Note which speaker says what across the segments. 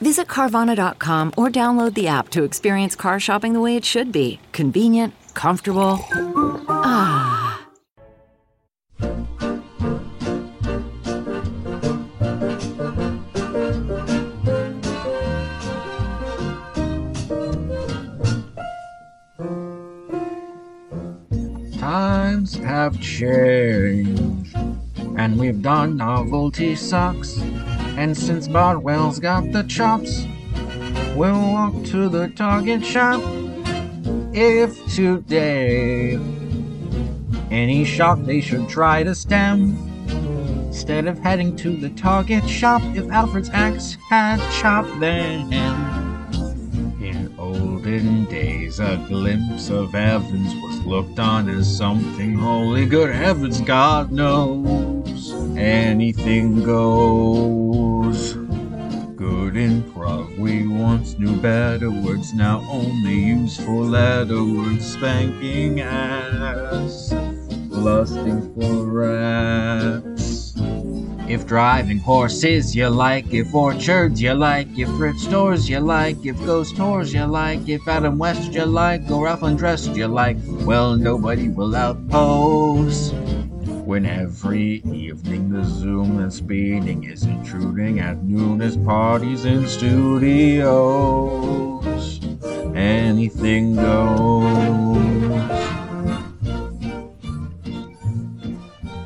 Speaker 1: Visit Carvana.com or download the app to experience car shopping the way it should be convenient, comfortable.
Speaker 2: Times have changed, and we've done novelty socks. And since Bartwell's got the chops, we'll walk to the target shop. If today any shock they should try to stem, instead of heading to the target shop, if Alfred's axe had chopped them. In olden days, a glimpse of heavens was looked on as something holy. Good heavens, God knows anything goes. Good improv, we once knew better words, now only used for letter words. Spanking ass, lusting for rats. If driving horses you like, if orchards you like, if thrift stores you like, if ghost tours you like, if Adam West you like, or Ralph Undressed you like, well, nobody will outpose. When every evening the Zoom is speeding is intruding at noon as parties in studios. Anything goes.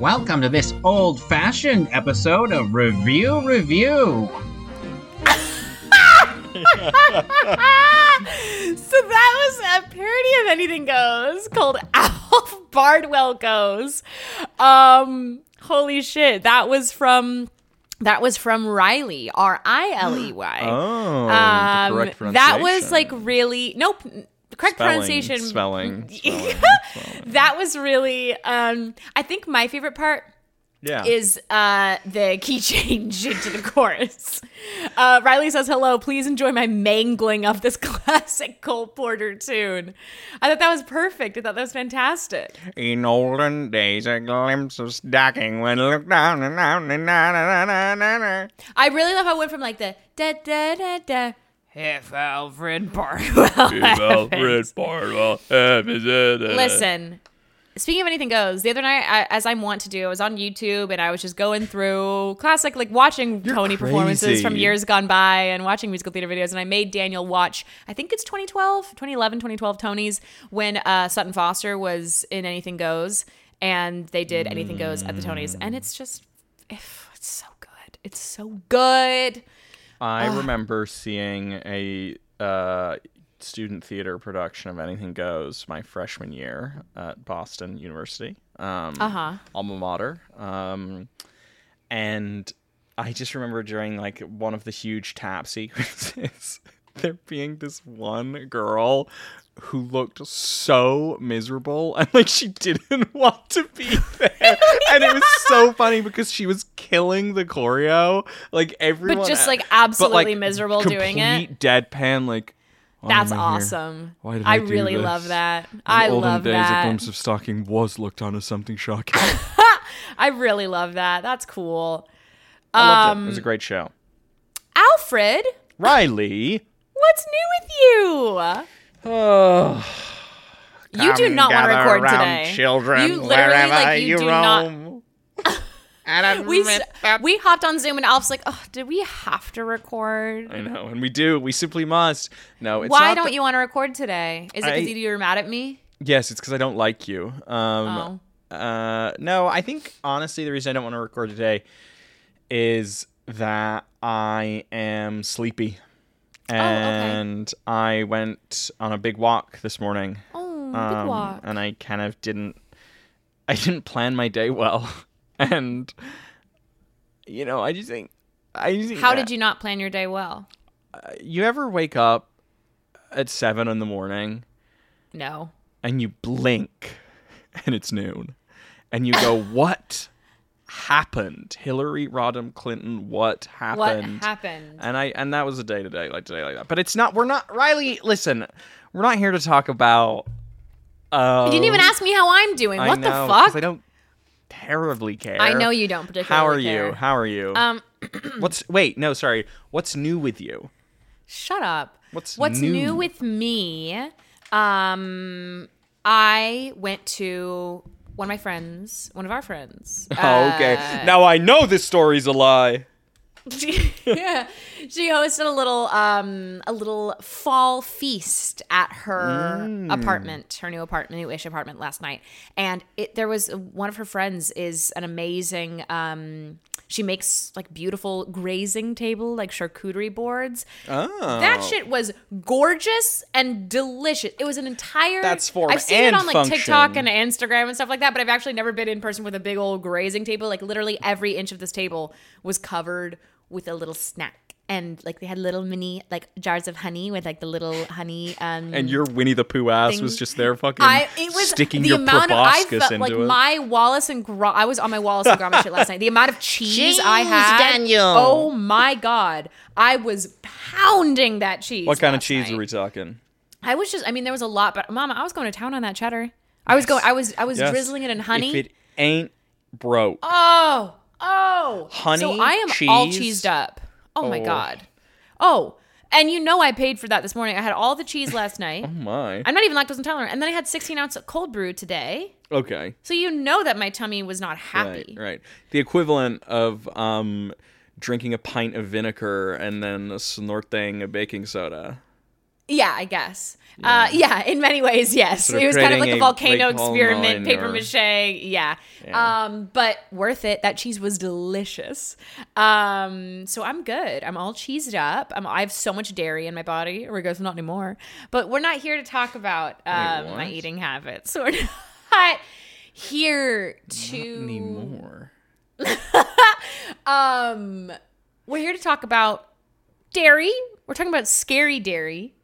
Speaker 2: Welcome to this old fashioned episode of Review Review.
Speaker 3: So that was a parody of Anything Goes called Alf Bardwell Goes. Um, holy shit, that was from that was from Riley, R I L E Y. Um,
Speaker 4: Oh, the correct pronunciation.
Speaker 3: that was like really nope. the Correct
Speaker 4: Spelling,
Speaker 3: pronunciation.
Speaker 4: Spelling. spelling, spelling.
Speaker 3: That was really. Um, I think my favorite part
Speaker 4: Yeah.
Speaker 3: is uh, the key change into the chorus. Uh, Riley says, "Hello, please enjoy my mangling of this classic Cole Porter tune." I thought that was perfect. I thought that was fantastic.
Speaker 4: In olden days, a glimpse of stacking when looked down and down and down and down and down.
Speaker 3: I really love how it went from like the da da da da. If Alfred Bardwell.
Speaker 4: Alfred Bartwell, Uh,
Speaker 3: Listen. Speaking of anything goes, the other night, I, as I'm wont to do, I was on YouTube and I was just going through classic, like watching Tony performances
Speaker 4: crazy.
Speaker 3: from years gone by and watching musical theater videos. And I made Daniel watch, I think it's 2012, 2011, 2012 Tony's when uh, Sutton Foster was in Anything Goes. And they did Anything Goes at the Tony's. And it's just, if, it's so good. It's so good.
Speaker 4: I remember seeing a uh, student theater production of Anything Goes my freshman year at Boston University, um,
Speaker 3: Uh-huh.
Speaker 4: alma mater, um, and I just remember during like one of the huge tap sequences, there being this one girl who looked so miserable and like she didn't want to be there and it was so funny because she was killing the choreo like everyone
Speaker 3: just, like,
Speaker 4: but,
Speaker 3: absolutely miserable doing it.
Speaker 4: complete deadpan like "Why
Speaker 3: That's
Speaker 4: am I here?
Speaker 3: awesome.
Speaker 4: Why did
Speaker 3: I,
Speaker 4: I do
Speaker 3: really
Speaker 4: this?
Speaker 3: love that.
Speaker 4: In the
Speaker 3: I
Speaker 4: olden
Speaker 3: love
Speaker 4: days a
Speaker 3: that.
Speaker 4: glimpse of stocking was looked on as something shocking
Speaker 3: I really love that. That's cool.
Speaker 4: I loved it. it
Speaker 3: Um,
Speaker 4: was a great show
Speaker 3: Alfred,
Speaker 4: Riley
Speaker 3: what's new with
Speaker 4: oh
Speaker 3: you? You do
Speaker 4: Come
Speaker 3: not want to
Speaker 4: gather
Speaker 3: record
Speaker 4: around,
Speaker 3: today.
Speaker 4: Children,
Speaker 3: you literally
Speaker 4: wherever
Speaker 3: like you,
Speaker 4: you
Speaker 3: do not.
Speaker 4: roam. and
Speaker 3: We
Speaker 4: admit
Speaker 3: s- we hopped on Zoom and Alf's like, oh, did we have to record?
Speaker 4: I know, and we do. We simply must. No, it's
Speaker 3: Why
Speaker 4: not
Speaker 3: don't
Speaker 4: that-
Speaker 3: you want to record today? Is it
Speaker 4: I-
Speaker 3: because you were mad at me?
Speaker 4: Yes, it's because I don't like you. Um,
Speaker 3: Oh.
Speaker 4: uh, no, I think honestly the reason I don't want to record today is that I am sleepy,
Speaker 3: Oh,
Speaker 4: and I went on a big walk this morning.
Speaker 3: Oh,
Speaker 4: um,
Speaker 3: big walk.
Speaker 4: and I kind of didn't. I didn't plan my day well, and you know, I just think. I just think
Speaker 3: How
Speaker 4: that-
Speaker 3: did you not plan your day well?
Speaker 4: you ever wake up at seven in the morning
Speaker 3: No.
Speaker 4: and you blink and it's noon and you go, What happened? Hillary Rodham Clinton, what
Speaker 3: What
Speaker 4: happened?
Speaker 3: happened?
Speaker 4: And I and that was a day to day like today like that. But it's not we're not Riley, listen, we're not here to talk about uh
Speaker 3: you didn't even ask me how I'm doing.
Speaker 4: I
Speaker 3: What
Speaker 4: know,
Speaker 3: the
Speaker 4: 'cause
Speaker 3: fuck?
Speaker 4: I don't terribly care.
Speaker 3: I know you don't particularly.
Speaker 4: How are you?
Speaker 3: care.
Speaker 4: How are you?
Speaker 3: Um,
Speaker 4: what's wait, no, sorry. What's new with you?
Speaker 3: Shut up.
Speaker 4: What's
Speaker 3: new?
Speaker 4: new?
Speaker 3: with me? Um, I went to one of my friends, one of our friends.
Speaker 4: oh, okay. Now I know this story's a lie.
Speaker 3: she, yeah, she hosted a little um a little fall feast at her apartment, her new apartment, new-ish apartment last night, and it there was one of her friends is an amazing um. She makes like beautiful grazing table, like charcuterie boards.
Speaker 4: Oh.
Speaker 3: That shit was gorgeous and delicious. It was an entire.
Speaker 4: That's form
Speaker 3: I've seen
Speaker 4: and
Speaker 3: it on like TikTok
Speaker 4: function.
Speaker 3: and Instagram and stuff like that, but I've actually never been in person with a big old grazing table. Like literally every inch of this table was covered with a little snack. And like they had little mini like jars of honey with like the little honey. Um,
Speaker 4: And your Winnie the Pooh ass was
Speaker 3: thing.
Speaker 4: just there fucking
Speaker 3: I it was
Speaker 4: sticking
Speaker 3: the
Speaker 4: your
Speaker 3: amount of I
Speaker 4: proboscis
Speaker 3: felt
Speaker 4: into
Speaker 3: like
Speaker 4: it.
Speaker 3: my Wallace and Grom. I was on my Wallace and Gromit shit last night. The amount of cheese I had, Daniel. Oh my god, I was pounding that cheese.
Speaker 4: what kind of
Speaker 3: last
Speaker 4: cheese
Speaker 3: night.
Speaker 4: are we talking?
Speaker 3: I was just I mean there was a lot, but Mama, I was going to town on that cheddar. I was going I was I was
Speaker 4: Yes.
Speaker 3: drizzling it in honey.
Speaker 4: If it ain't broke.
Speaker 3: oh, oh
Speaker 4: Honey,
Speaker 3: So I am all
Speaker 4: cheese.
Speaker 3: cheesed up. Oh, my
Speaker 4: Oh.
Speaker 3: god. Oh. And you know I paid for that this morning. I had all the cheese last night.
Speaker 4: oh my.
Speaker 3: I'm not even lactose intolerant. And then I had 16 ounce of cold brew today.
Speaker 4: okay.
Speaker 3: So you know that my tummy was not happy.
Speaker 4: Right, right. The equivalent of um drinking a pint of vinegar and then snorting a baking soda.
Speaker 3: Yeah, I guess. Yeah. Uh, yeah, in many ways, yes.
Speaker 4: Sort of
Speaker 3: it was kind of like
Speaker 4: creating
Speaker 3: a,
Speaker 4: a
Speaker 3: volcano
Speaker 4: Blake Hall
Speaker 3: experiment,
Speaker 4: nine
Speaker 3: paper
Speaker 4: or-
Speaker 3: mache. Yeah. Um, but worth it. That cheese was delicious. Um, so I'm good. I'm all cheesed up. I'm, I have so much dairy in my body, or I guess not anymore. But we're not here to talk about um,
Speaker 4: what?
Speaker 3: my eating habits. We're not here to.
Speaker 4: Anymore.
Speaker 3: We're here to talk about dairy. We're talking about scary dairy.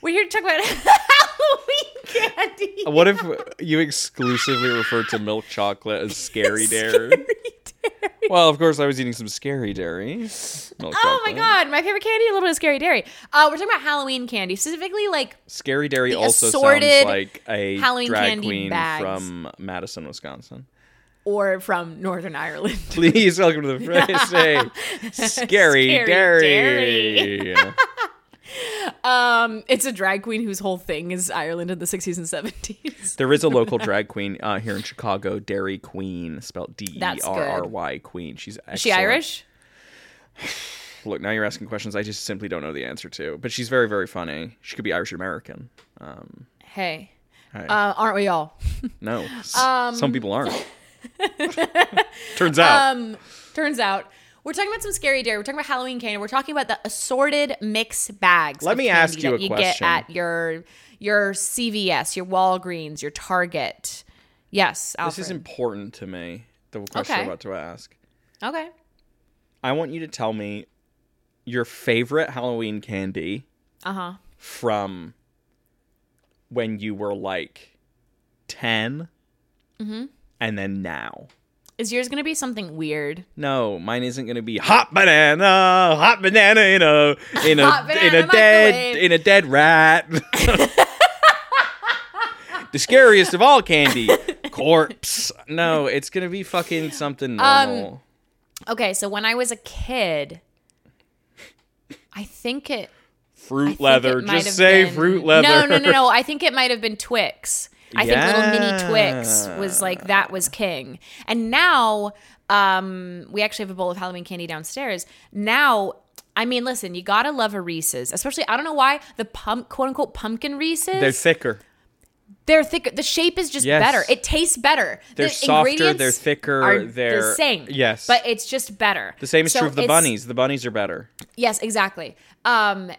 Speaker 3: We're here to talk about Halloween candy.
Speaker 4: What if you exclusively referred to milk chocolate as scary dairy? Well, of course, I was eating some scary dairy. Milk
Speaker 3: Oh my
Speaker 4: chocolate.
Speaker 3: god, my favorite candy, a little bit of scary dairy. Uh, we're talking about Halloween candy, specifically like
Speaker 4: Scary dairy
Speaker 3: The
Speaker 4: also sounds
Speaker 3: assorted
Speaker 4: like a
Speaker 3: Halloween
Speaker 4: drag
Speaker 3: candy
Speaker 4: queen
Speaker 3: bags.
Speaker 4: from Madison, Wisconsin.
Speaker 3: or from Northern Ireland.
Speaker 4: Please welcome to the phrase. scary,
Speaker 3: Scary
Speaker 4: dairy.
Speaker 3: Um, it's a drag queen whose whole thing is Ireland in the sixties and seventies.
Speaker 4: there is a local drag queen uh, here in Chicago, Dairy Queen, spelled D E
Speaker 3: That's
Speaker 4: R R
Speaker 3: good.
Speaker 4: Y Queen. She's excellent.
Speaker 3: Is she Irish?
Speaker 4: Look, now you're asking questions I just simply don't know the answer to. But she's very, very funny. She could be Irish American.
Speaker 3: Hey.
Speaker 4: Hey.
Speaker 3: Uh, um, aren't we all?
Speaker 4: No, s- some people aren't. Turns out,
Speaker 3: Um, Turns out we're talking about some scary dairy. We're talking about Halloween candy. We're talking about the assorted mix bags.
Speaker 4: Let
Speaker 3: of
Speaker 4: me
Speaker 3: candy
Speaker 4: ask you
Speaker 3: that
Speaker 4: a
Speaker 3: you get
Speaker 4: question.
Speaker 3: at your your CVS, your Walgreens, your Target. Yes, Alfred.
Speaker 4: this is important to me. The question
Speaker 3: Okay.
Speaker 4: I'm about to ask.
Speaker 3: okay.
Speaker 4: I want you to tell me your favorite Halloween candy
Speaker 3: Uh huh.
Speaker 4: from when you were like 10
Speaker 3: Mm-hmm.
Speaker 4: and then now.
Speaker 3: Is yours gonna be something weird?
Speaker 4: No, mine isn't going to be hot banana, hot banana in a in a
Speaker 3: Hot
Speaker 4: in
Speaker 3: banana
Speaker 4: a dead
Speaker 3: microwave.
Speaker 4: in a dead rat. the scariest of all candy, corpse. No, it's going to be fucking something
Speaker 3: Um,
Speaker 4: normal.
Speaker 3: Okay, so when I was a kid, I think it
Speaker 4: fruit
Speaker 3: I think
Speaker 4: leather.
Speaker 3: it might
Speaker 4: Just
Speaker 3: have
Speaker 4: say
Speaker 3: been-
Speaker 4: fruit leather.
Speaker 3: No, no, no, no. I think it might have been Twix. I think little mini Twix was like that was king. And now um we actually have a bowl of Halloween candy downstairs. Now I mean, listen, you gotta love a Reese's, especially I don't know why the pump quote unquote pumpkin Reese's.
Speaker 4: They're thicker.
Speaker 3: They're thicker. The shape is just
Speaker 4: Yes.
Speaker 3: better. It tastes better.
Speaker 4: They're
Speaker 3: the
Speaker 4: softer,
Speaker 3: ingredients
Speaker 4: they're thicker,
Speaker 3: Are
Speaker 4: they're-
Speaker 3: the same.
Speaker 4: yes.
Speaker 3: but it's just better.
Speaker 4: The same is
Speaker 3: So
Speaker 4: true of the
Speaker 3: it's-
Speaker 4: bunnies. The bunnies are better.
Speaker 3: Yes, exactly. Um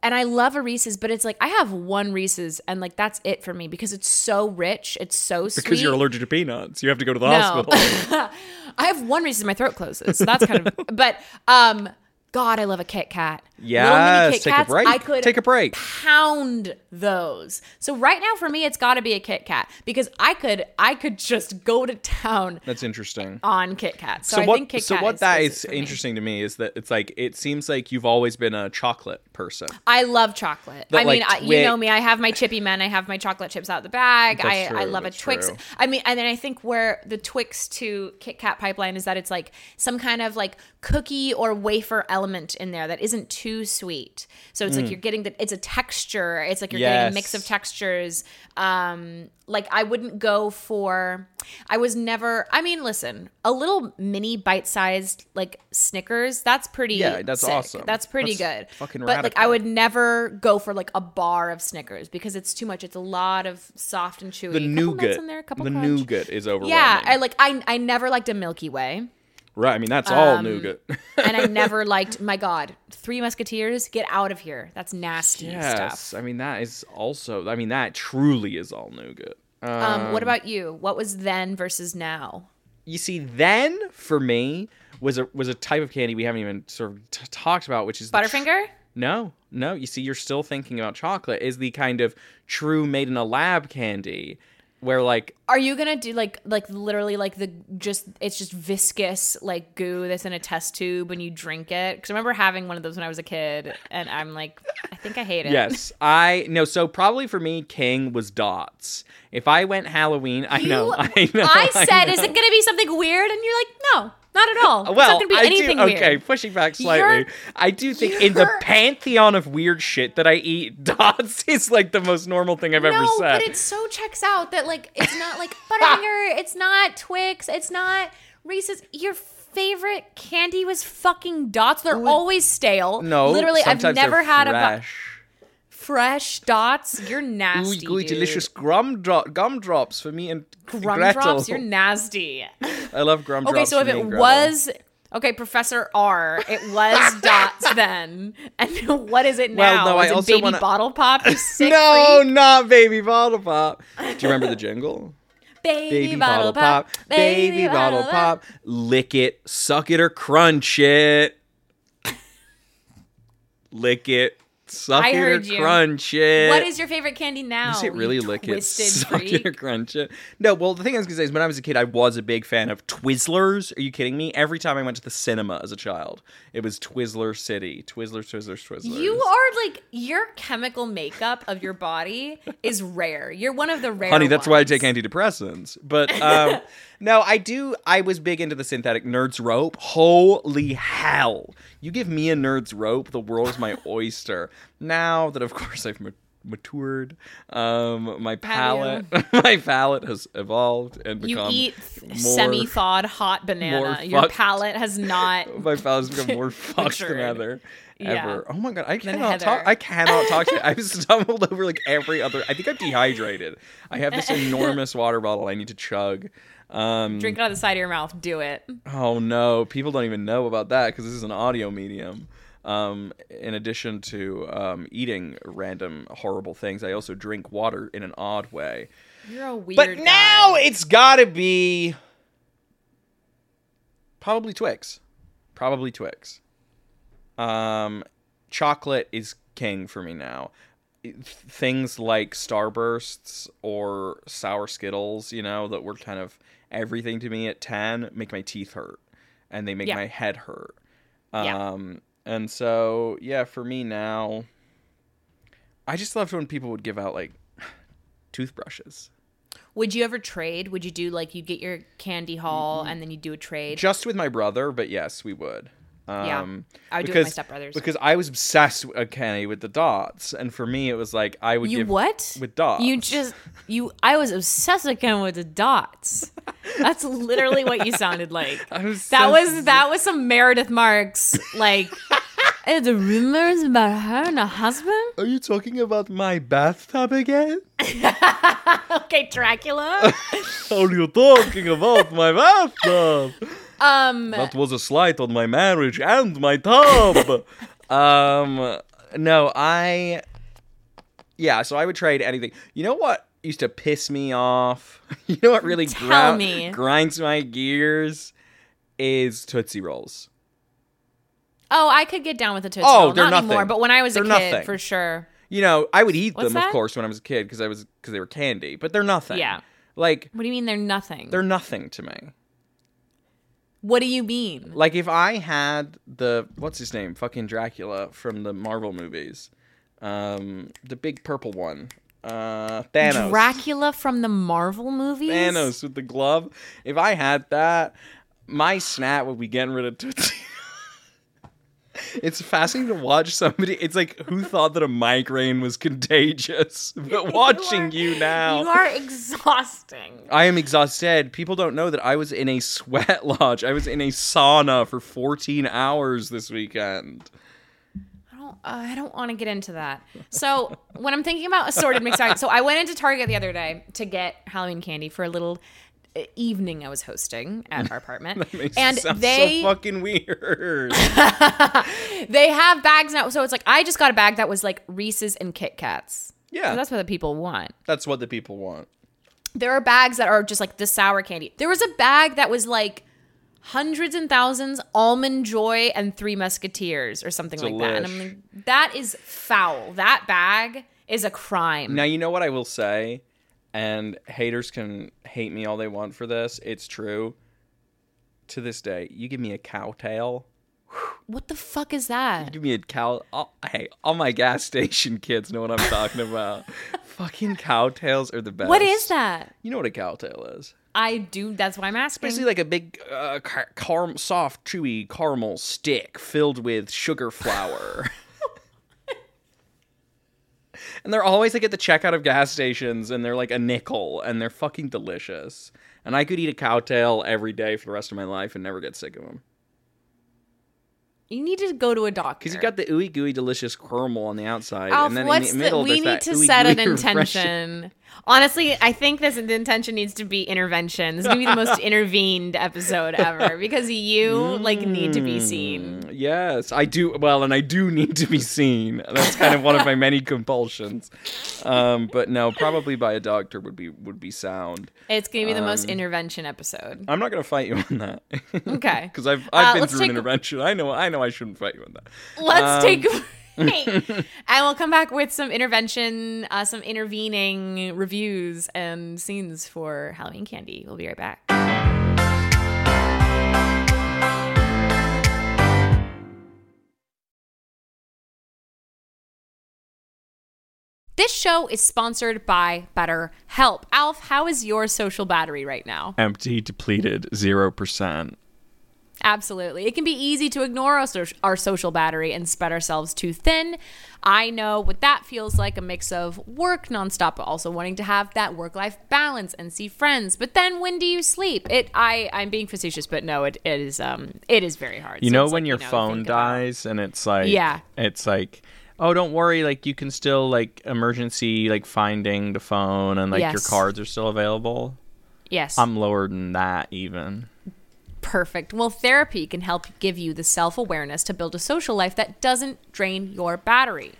Speaker 3: and I love a Reese's, but it's like I have one Reese's and like that's it for me because it's so rich, it's so sweet.
Speaker 4: Because you're allergic to peanuts. You have to go to the
Speaker 3: No.
Speaker 4: hospital.
Speaker 3: I have one Reese's, my throat closes. So that's kind of but um God, I love a Kit Kat.
Speaker 4: Yes, take a
Speaker 3: Kats,
Speaker 4: break.
Speaker 3: I could
Speaker 4: Take a break.
Speaker 3: Pound those. So right now for me, it's got to be a Kit Kat because I could I could just go to town
Speaker 4: That's interesting.
Speaker 3: on Kit Kat. So,
Speaker 4: so
Speaker 3: I
Speaker 4: what?
Speaker 3: think Kit
Speaker 4: so
Speaker 3: Kat
Speaker 4: what that
Speaker 3: is
Speaker 4: is
Speaker 3: for me.
Speaker 4: interesting to me is that it's like it seems like you've always been a chocolate person.
Speaker 3: I love chocolate.
Speaker 4: But,
Speaker 3: I mean,
Speaker 4: like,
Speaker 3: I, you know
Speaker 4: Twix-
Speaker 3: me. I have my chippy men. I have my chocolate chips out the bag. I,
Speaker 4: That's
Speaker 3: I
Speaker 4: true,
Speaker 3: love a
Speaker 4: that's
Speaker 3: Twix.
Speaker 4: true.
Speaker 3: I mean, and then I think where the Twix to Kit Kat pipeline is that it's like some kind of like cookie or wafer element in there that isn't too sweet. So it's like you're getting the it's a texture. It's like you're getting a mix of
Speaker 4: Mm. Yes.
Speaker 3: textures. Um, like I wouldn't go for. I was never. I mean, listen, a little mini bite-sized like Snickers. That's pretty.
Speaker 4: Yeah, that's
Speaker 3: sick.
Speaker 4: awesome.
Speaker 3: That's pretty
Speaker 4: That's
Speaker 3: good.
Speaker 4: fucking
Speaker 3: but like I
Speaker 4: radical.
Speaker 3: would never go for like a bar of Snickers because it's too much. It's a lot of soft and chewy.
Speaker 4: The
Speaker 3: Couple nuts
Speaker 4: nougat,
Speaker 3: in there, couple
Speaker 4: the
Speaker 3: crunch.
Speaker 4: nougat is overwhelming.
Speaker 3: Yeah, I like I I never liked a Milky Way,
Speaker 4: right. I mean, that's
Speaker 3: Um,
Speaker 4: all nougat.
Speaker 3: and I never liked my God Three Musketeers. Get out of here. That's nasty
Speaker 4: yes,
Speaker 3: stuff.
Speaker 4: I mean that is also. I mean that truly is all nougat. Uh,
Speaker 3: Um, what about you? What was then versus now?
Speaker 4: you see, then for me was a was a type of candy we haven't even sort of t- talked about, which is the tr-
Speaker 3: Butterfinger.
Speaker 4: No, no. You see, you're still thinking about chocolate. Is the kind of true made in a lab candy, where like
Speaker 3: Are you gonna do like like literally like the just it's just viscous like goo that's in a test tube when you drink it? Because I remember having one of those when I was a kid, and I'm like, I think I hate it.
Speaker 4: yes, I no. So probably for me, King was dots. If I went Halloween, I
Speaker 3: You-
Speaker 4: know, I know.
Speaker 3: I said,
Speaker 4: know.
Speaker 3: is it going to be something weird? And you're like, no, not at all.
Speaker 4: Well,
Speaker 3: it's not going to be
Speaker 4: I
Speaker 3: anything
Speaker 4: do, okay,
Speaker 3: weird.
Speaker 4: pushing back slightly.
Speaker 3: You're-
Speaker 4: I do think in the
Speaker 3: you're-
Speaker 4: pantheon of weird shit that I eat, dots is like the most normal thing I've ever
Speaker 3: No,
Speaker 4: said.
Speaker 3: but it so checks out that like it's not like Butterfinger, it's not Twix, it's not Reese's. Your favorite candy was fucking dots. They're always stale.
Speaker 4: no,
Speaker 3: literally, I've
Speaker 4: sometimes they're
Speaker 3: never had a bu-
Speaker 4: fresh.
Speaker 3: fresh dots. You're
Speaker 4: Ooh,
Speaker 3: nasty.
Speaker 4: gooey,
Speaker 3: dude.
Speaker 4: delicious gum drop gumdrops for me and Gretel.
Speaker 3: Gumdrops, you're nasty.
Speaker 4: I love gumdrops.
Speaker 3: Okay, so
Speaker 4: for
Speaker 3: if
Speaker 4: me
Speaker 3: it
Speaker 4: and Gretel.
Speaker 3: was okay, Professor R, it was dots then, and what is it
Speaker 4: Well,
Speaker 3: now?
Speaker 4: no, I
Speaker 3: is it
Speaker 4: also
Speaker 3: baby
Speaker 4: wanna-
Speaker 3: bottle pop? You sick
Speaker 4: no,
Speaker 3: freak?
Speaker 4: not baby bottle pop. Do you remember the jingle?
Speaker 3: baby,
Speaker 4: baby bottle pop, baby bottle pop, lick it, suck it or crunch it, lick it, suck
Speaker 3: I
Speaker 4: it or
Speaker 3: heard you.
Speaker 4: crunch it.
Speaker 3: What is your favorite candy now?
Speaker 4: Does it
Speaker 3: you
Speaker 4: really lick it,
Speaker 3: twisted
Speaker 4: suck
Speaker 3: freak?
Speaker 4: it, or crunch it? No, well, the thing I was gonna say is when I was a kid, I was a big fan of Twizzlers. Are you kidding me? Every time I went to the cinema as a child, it was Twizzler City. Twizzlers, Twizzlers, Twizzlers.
Speaker 3: You are like your chemical makeup of your body is rare. You're one of the rare.
Speaker 4: honey that's why i
Speaker 3: ones.
Speaker 4: take antidepressants but um no i do i was big into the synthetic nerds rope holy hell you give me a nerds rope the world is my oyster now that of course i've ma- matured um my palate my palate has evolved and
Speaker 3: You
Speaker 4: become
Speaker 3: eat
Speaker 4: more,
Speaker 3: semi-thawed hot banana.
Speaker 4: more
Speaker 3: Your
Speaker 4: fucked.
Speaker 3: palate has not.
Speaker 4: my palate's become more fucked than
Speaker 3: Matured.
Speaker 4: ever
Speaker 3: Yeah.
Speaker 4: ever oh my god i cannot talk
Speaker 3: Heather.
Speaker 4: i cannot talk to i've stumbled over like every other i think i'm dehydrated i have this enormous water bottle i need to chug um
Speaker 3: Drink it out of the side of your mouth. Do it.
Speaker 4: Oh no, people don't even know about that because this is an audio medium. Um, in addition to um, eating random horrible things, I also drink water in an odd way.
Speaker 3: You're a weird.
Speaker 4: But now
Speaker 3: guy.
Speaker 4: it's gotta be probably Twix, probably Twix. Um, chocolate is king for me now. It- Things like Starbursts or sour Skittles, you know, that were kind of everything to me at ten, make my teeth hurt, and they make
Speaker 3: Yeah.
Speaker 4: my head hurt.
Speaker 3: Yeah.
Speaker 4: Um, and so yeah, for me now, I just loved when people would give out like toothbrushes.
Speaker 3: Would you ever trade? Would you do like you get your candy haul and then you do a trade?
Speaker 4: just with my brother, but yes, we would.
Speaker 3: Yeah.
Speaker 4: Um,
Speaker 3: I would do it with my stepbrothers.
Speaker 4: Because I was obsessed, with, okay, with the dots, and for me, it was like I would
Speaker 3: you
Speaker 4: give
Speaker 3: what?
Speaker 4: with dots.
Speaker 3: You just you. I was obsessed again with the dots. That's literally what you sounded like.
Speaker 4: was
Speaker 3: that
Speaker 4: so-
Speaker 3: was that was some Meredith Marks like. "Eh, the rumors about her and her husband.
Speaker 4: Are you talking about my bathtub again?
Speaker 3: Okay, Dracula.
Speaker 4: Are you talking about my bathtub?
Speaker 3: Um,
Speaker 4: That was a slight on my marriage and my tub. um, no, I. Yeah, so I would trade anything. You know what used to piss me off? You know what really
Speaker 3: Tell
Speaker 4: ground-
Speaker 3: me.
Speaker 4: grinds my gears is Tootsie Rolls.
Speaker 3: Oh, I could get down with a tootsie
Speaker 4: Oh,
Speaker 3: roll.
Speaker 4: they're
Speaker 3: not
Speaker 4: nothing.
Speaker 3: anymore. But when I was a
Speaker 4: They're
Speaker 3: kid,
Speaker 4: nothing.
Speaker 3: for sure.
Speaker 4: You know, I would eat
Speaker 3: What's
Speaker 4: them,
Speaker 3: that?
Speaker 4: of course, when I was a kid because I was because they were candy, but they're nothing.
Speaker 3: Yeah.
Speaker 4: Like
Speaker 3: What do you mean they're nothing?
Speaker 4: they're nothing to me.
Speaker 3: what do you mean?
Speaker 4: Like if I had the what's his name, fucking Dracula from the Marvel movies, um, the big purple one, uh, Thanos.
Speaker 3: Dracula from the Marvel movies?
Speaker 4: Thanos with the glove. If I had that, my snap would be getting rid of Tootsie. it's fascinating to watch somebody. It's like who thought that a migraine was contagious, but watching you, now.
Speaker 3: You are exhausting.
Speaker 4: I am exhausted. People don't know that I was in a sweat lodge. I was in a sauna for 14 hours this weekend.
Speaker 3: I don't, uh, I don't want to get into that. So when I'm thinking about assorted mixed items, so I went into Target the other day to get Halloween candy for a little uh, evening I was hosting at our apartment,
Speaker 4: Makes it
Speaker 3: and
Speaker 4: sound
Speaker 3: they
Speaker 4: so fucking weird.
Speaker 3: they have bags now. So it's like I just got a bag that was like Reese's and Kit Kats.
Speaker 4: Yeah.
Speaker 3: So that's what the people want.
Speaker 4: That's what the people want.
Speaker 3: There are bags that are just like the sour candy. There was a bag that was like hundreds and thousands almond joy and three musketeers or something like that. And I'm
Speaker 4: Delish.
Speaker 3: like, that is foul. That bag is a crime.
Speaker 4: Now you know what I will say, and haters can hate me all they want for this. It's true. To this day, you give me a cow tail.
Speaker 3: What the fuck is that?
Speaker 4: Give me a cow. Oh, hey, all my gas station kids know what I'm talking about. Fucking cow tails are the best.
Speaker 3: What is that?
Speaker 4: You know what a cow tail is?
Speaker 3: I do. That's why I'm asking.
Speaker 4: Basically, like a big, uh, car- car- soft, chewy caramel stick filled with sugar flour. and they're always like at the checkout of gas stations, and they're like a nickel, and they're fucking delicious. And I could eat a cowtail every day for the rest of my life and never get sick of them.
Speaker 3: you need to go to a doctor.
Speaker 4: Because you've got the ooey gooey delicious caramel on the outside,
Speaker 3: Alf,
Speaker 4: and then
Speaker 3: what's
Speaker 4: in the middle,
Speaker 3: the, we
Speaker 4: there's
Speaker 3: need to
Speaker 4: that ooey
Speaker 3: set an
Speaker 4: gooey refreshing-
Speaker 3: intention. Honestly, I think this the intention needs to be intervention. This is gonna be the most intervened episode ever because you like need to be seen.
Speaker 4: Yes, I do. Well, and I do need to be seen. That's kind of one of my many compulsions. Um, but no, probably by a doctor would be would be sound.
Speaker 3: It's gonna be the most intervention episode.
Speaker 4: I'm not gonna fight you on that
Speaker 3: Okay,
Speaker 4: because I've I've
Speaker 3: Uh,
Speaker 4: been
Speaker 3: let's
Speaker 4: through
Speaker 3: take-
Speaker 4: an intervention. I know I know I shouldn't fight you on that.
Speaker 3: Let's take a break. and we'll come back with some intervention, uh, some intervening reviews and scenes for Halloween candy. We'll be right back. This show is sponsored by BetterHelp. Alf, how is your social battery right now?
Speaker 4: Empty, depleted, zero percent.
Speaker 3: Absolutely. It can be easy to ignore our, soc- our social battery and spread ourselves too thin. I know what that feels like a mix of work nonstop, but also wanting to have that work life balance and see friends. But then when do you sleep? It I, I'm being facetious, but no, it, it is um it is very hard.
Speaker 4: You
Speaker 3: So
Speaker 4: know
Speaker 3: it's
Speaker 4: when
Speaker 3: like,
Speaker 4: your
Speaker 3: know,
Speaker 4: phone
Speaker 3: think about-
Speaker 4: dies and it's like
Speaker 3: Yeah.
Speaker 4: it's like oh don't worry like you can still like emergency like finding the phone and like your
Speaker 3: Yes.
Speaker 4: cards are still available.
Speaker 3: Yes.
Speaker 4: I'm lower than that even.
Speaker 3: Perfect. Well, therapy can help give you the self awareness to build a social life that doesn't drain your battery.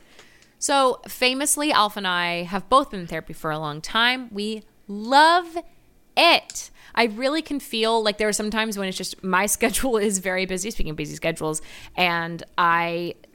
Speaker 3: So, famously, Alf and I have both been in therapy for a long time. We love it. I really can feel like there are some times when it's just my schedule is very busy, speaking of busy schedules, and I.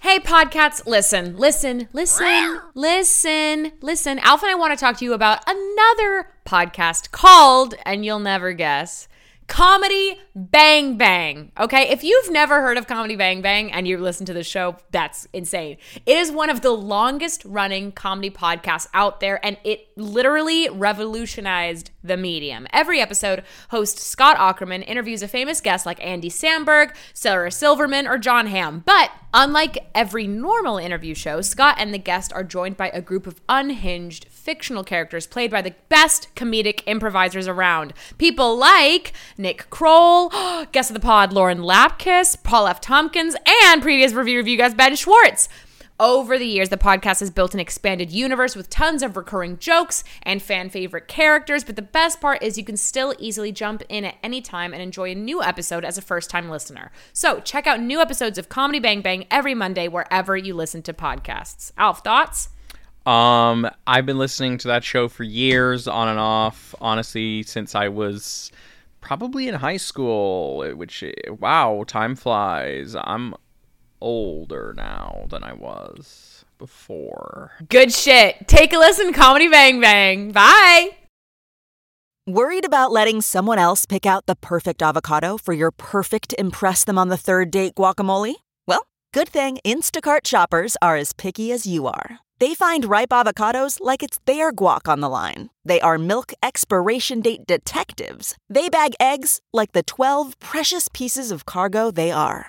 Speaker 3: Hey, podcasts, listen, listen, listen, listen, listen. Alf and I want to talk to you about another podcast called, and you'll never guess, Comedy Bang Bang. Okay, if you've never heard of Comedy Bang Bang and you listen to the show, that's insane. It is one of the longest running comedy podcasts out there, and it literally revolutionized the medium. Every episode, host Scott Ackerman interviews a famous guest like Andy Samberg, Sarah Silverman, or John Hamm. But unlike every normal interview show, Scott and the guest are joined by a group of unhinged fictional characters played by the best comedic improvisers around. People like Nick Kroll, guest of the pod Lauren Lapkus, Paul F. Tompkins, and previous review review guest Ben Schwartz. Over the years, the podcast has built an expanded universe with tons of recurring jokes and fan favorite characters. But the best part is you can still easily jump in at any time and enjoy a new episode as a first time listener. So check out new episodes of Comedy Bang Bang every Monday wherever you listen to podcasts. Alf, thoughts?
Speaker 4: Um, I've been listening to that show for years, on and off. Honestly, since I was probably in high school, eh, which wow, time flies. I'm older now than I was before.
Speaker 3: Good shit. Take a listen, Comedy Bang Bang. Bye.
Speaker 5: Worried about letting someone else pick out the perfect avocado for your perfect Impress Them on the Third Date guacamole? Well, good thing Instacart shoppers are as picky as you are. They find ripe avocados like it's their guac on the line. They are milk expiration date detectives. They bag eggs like the 12 precious pieces of cargo they are.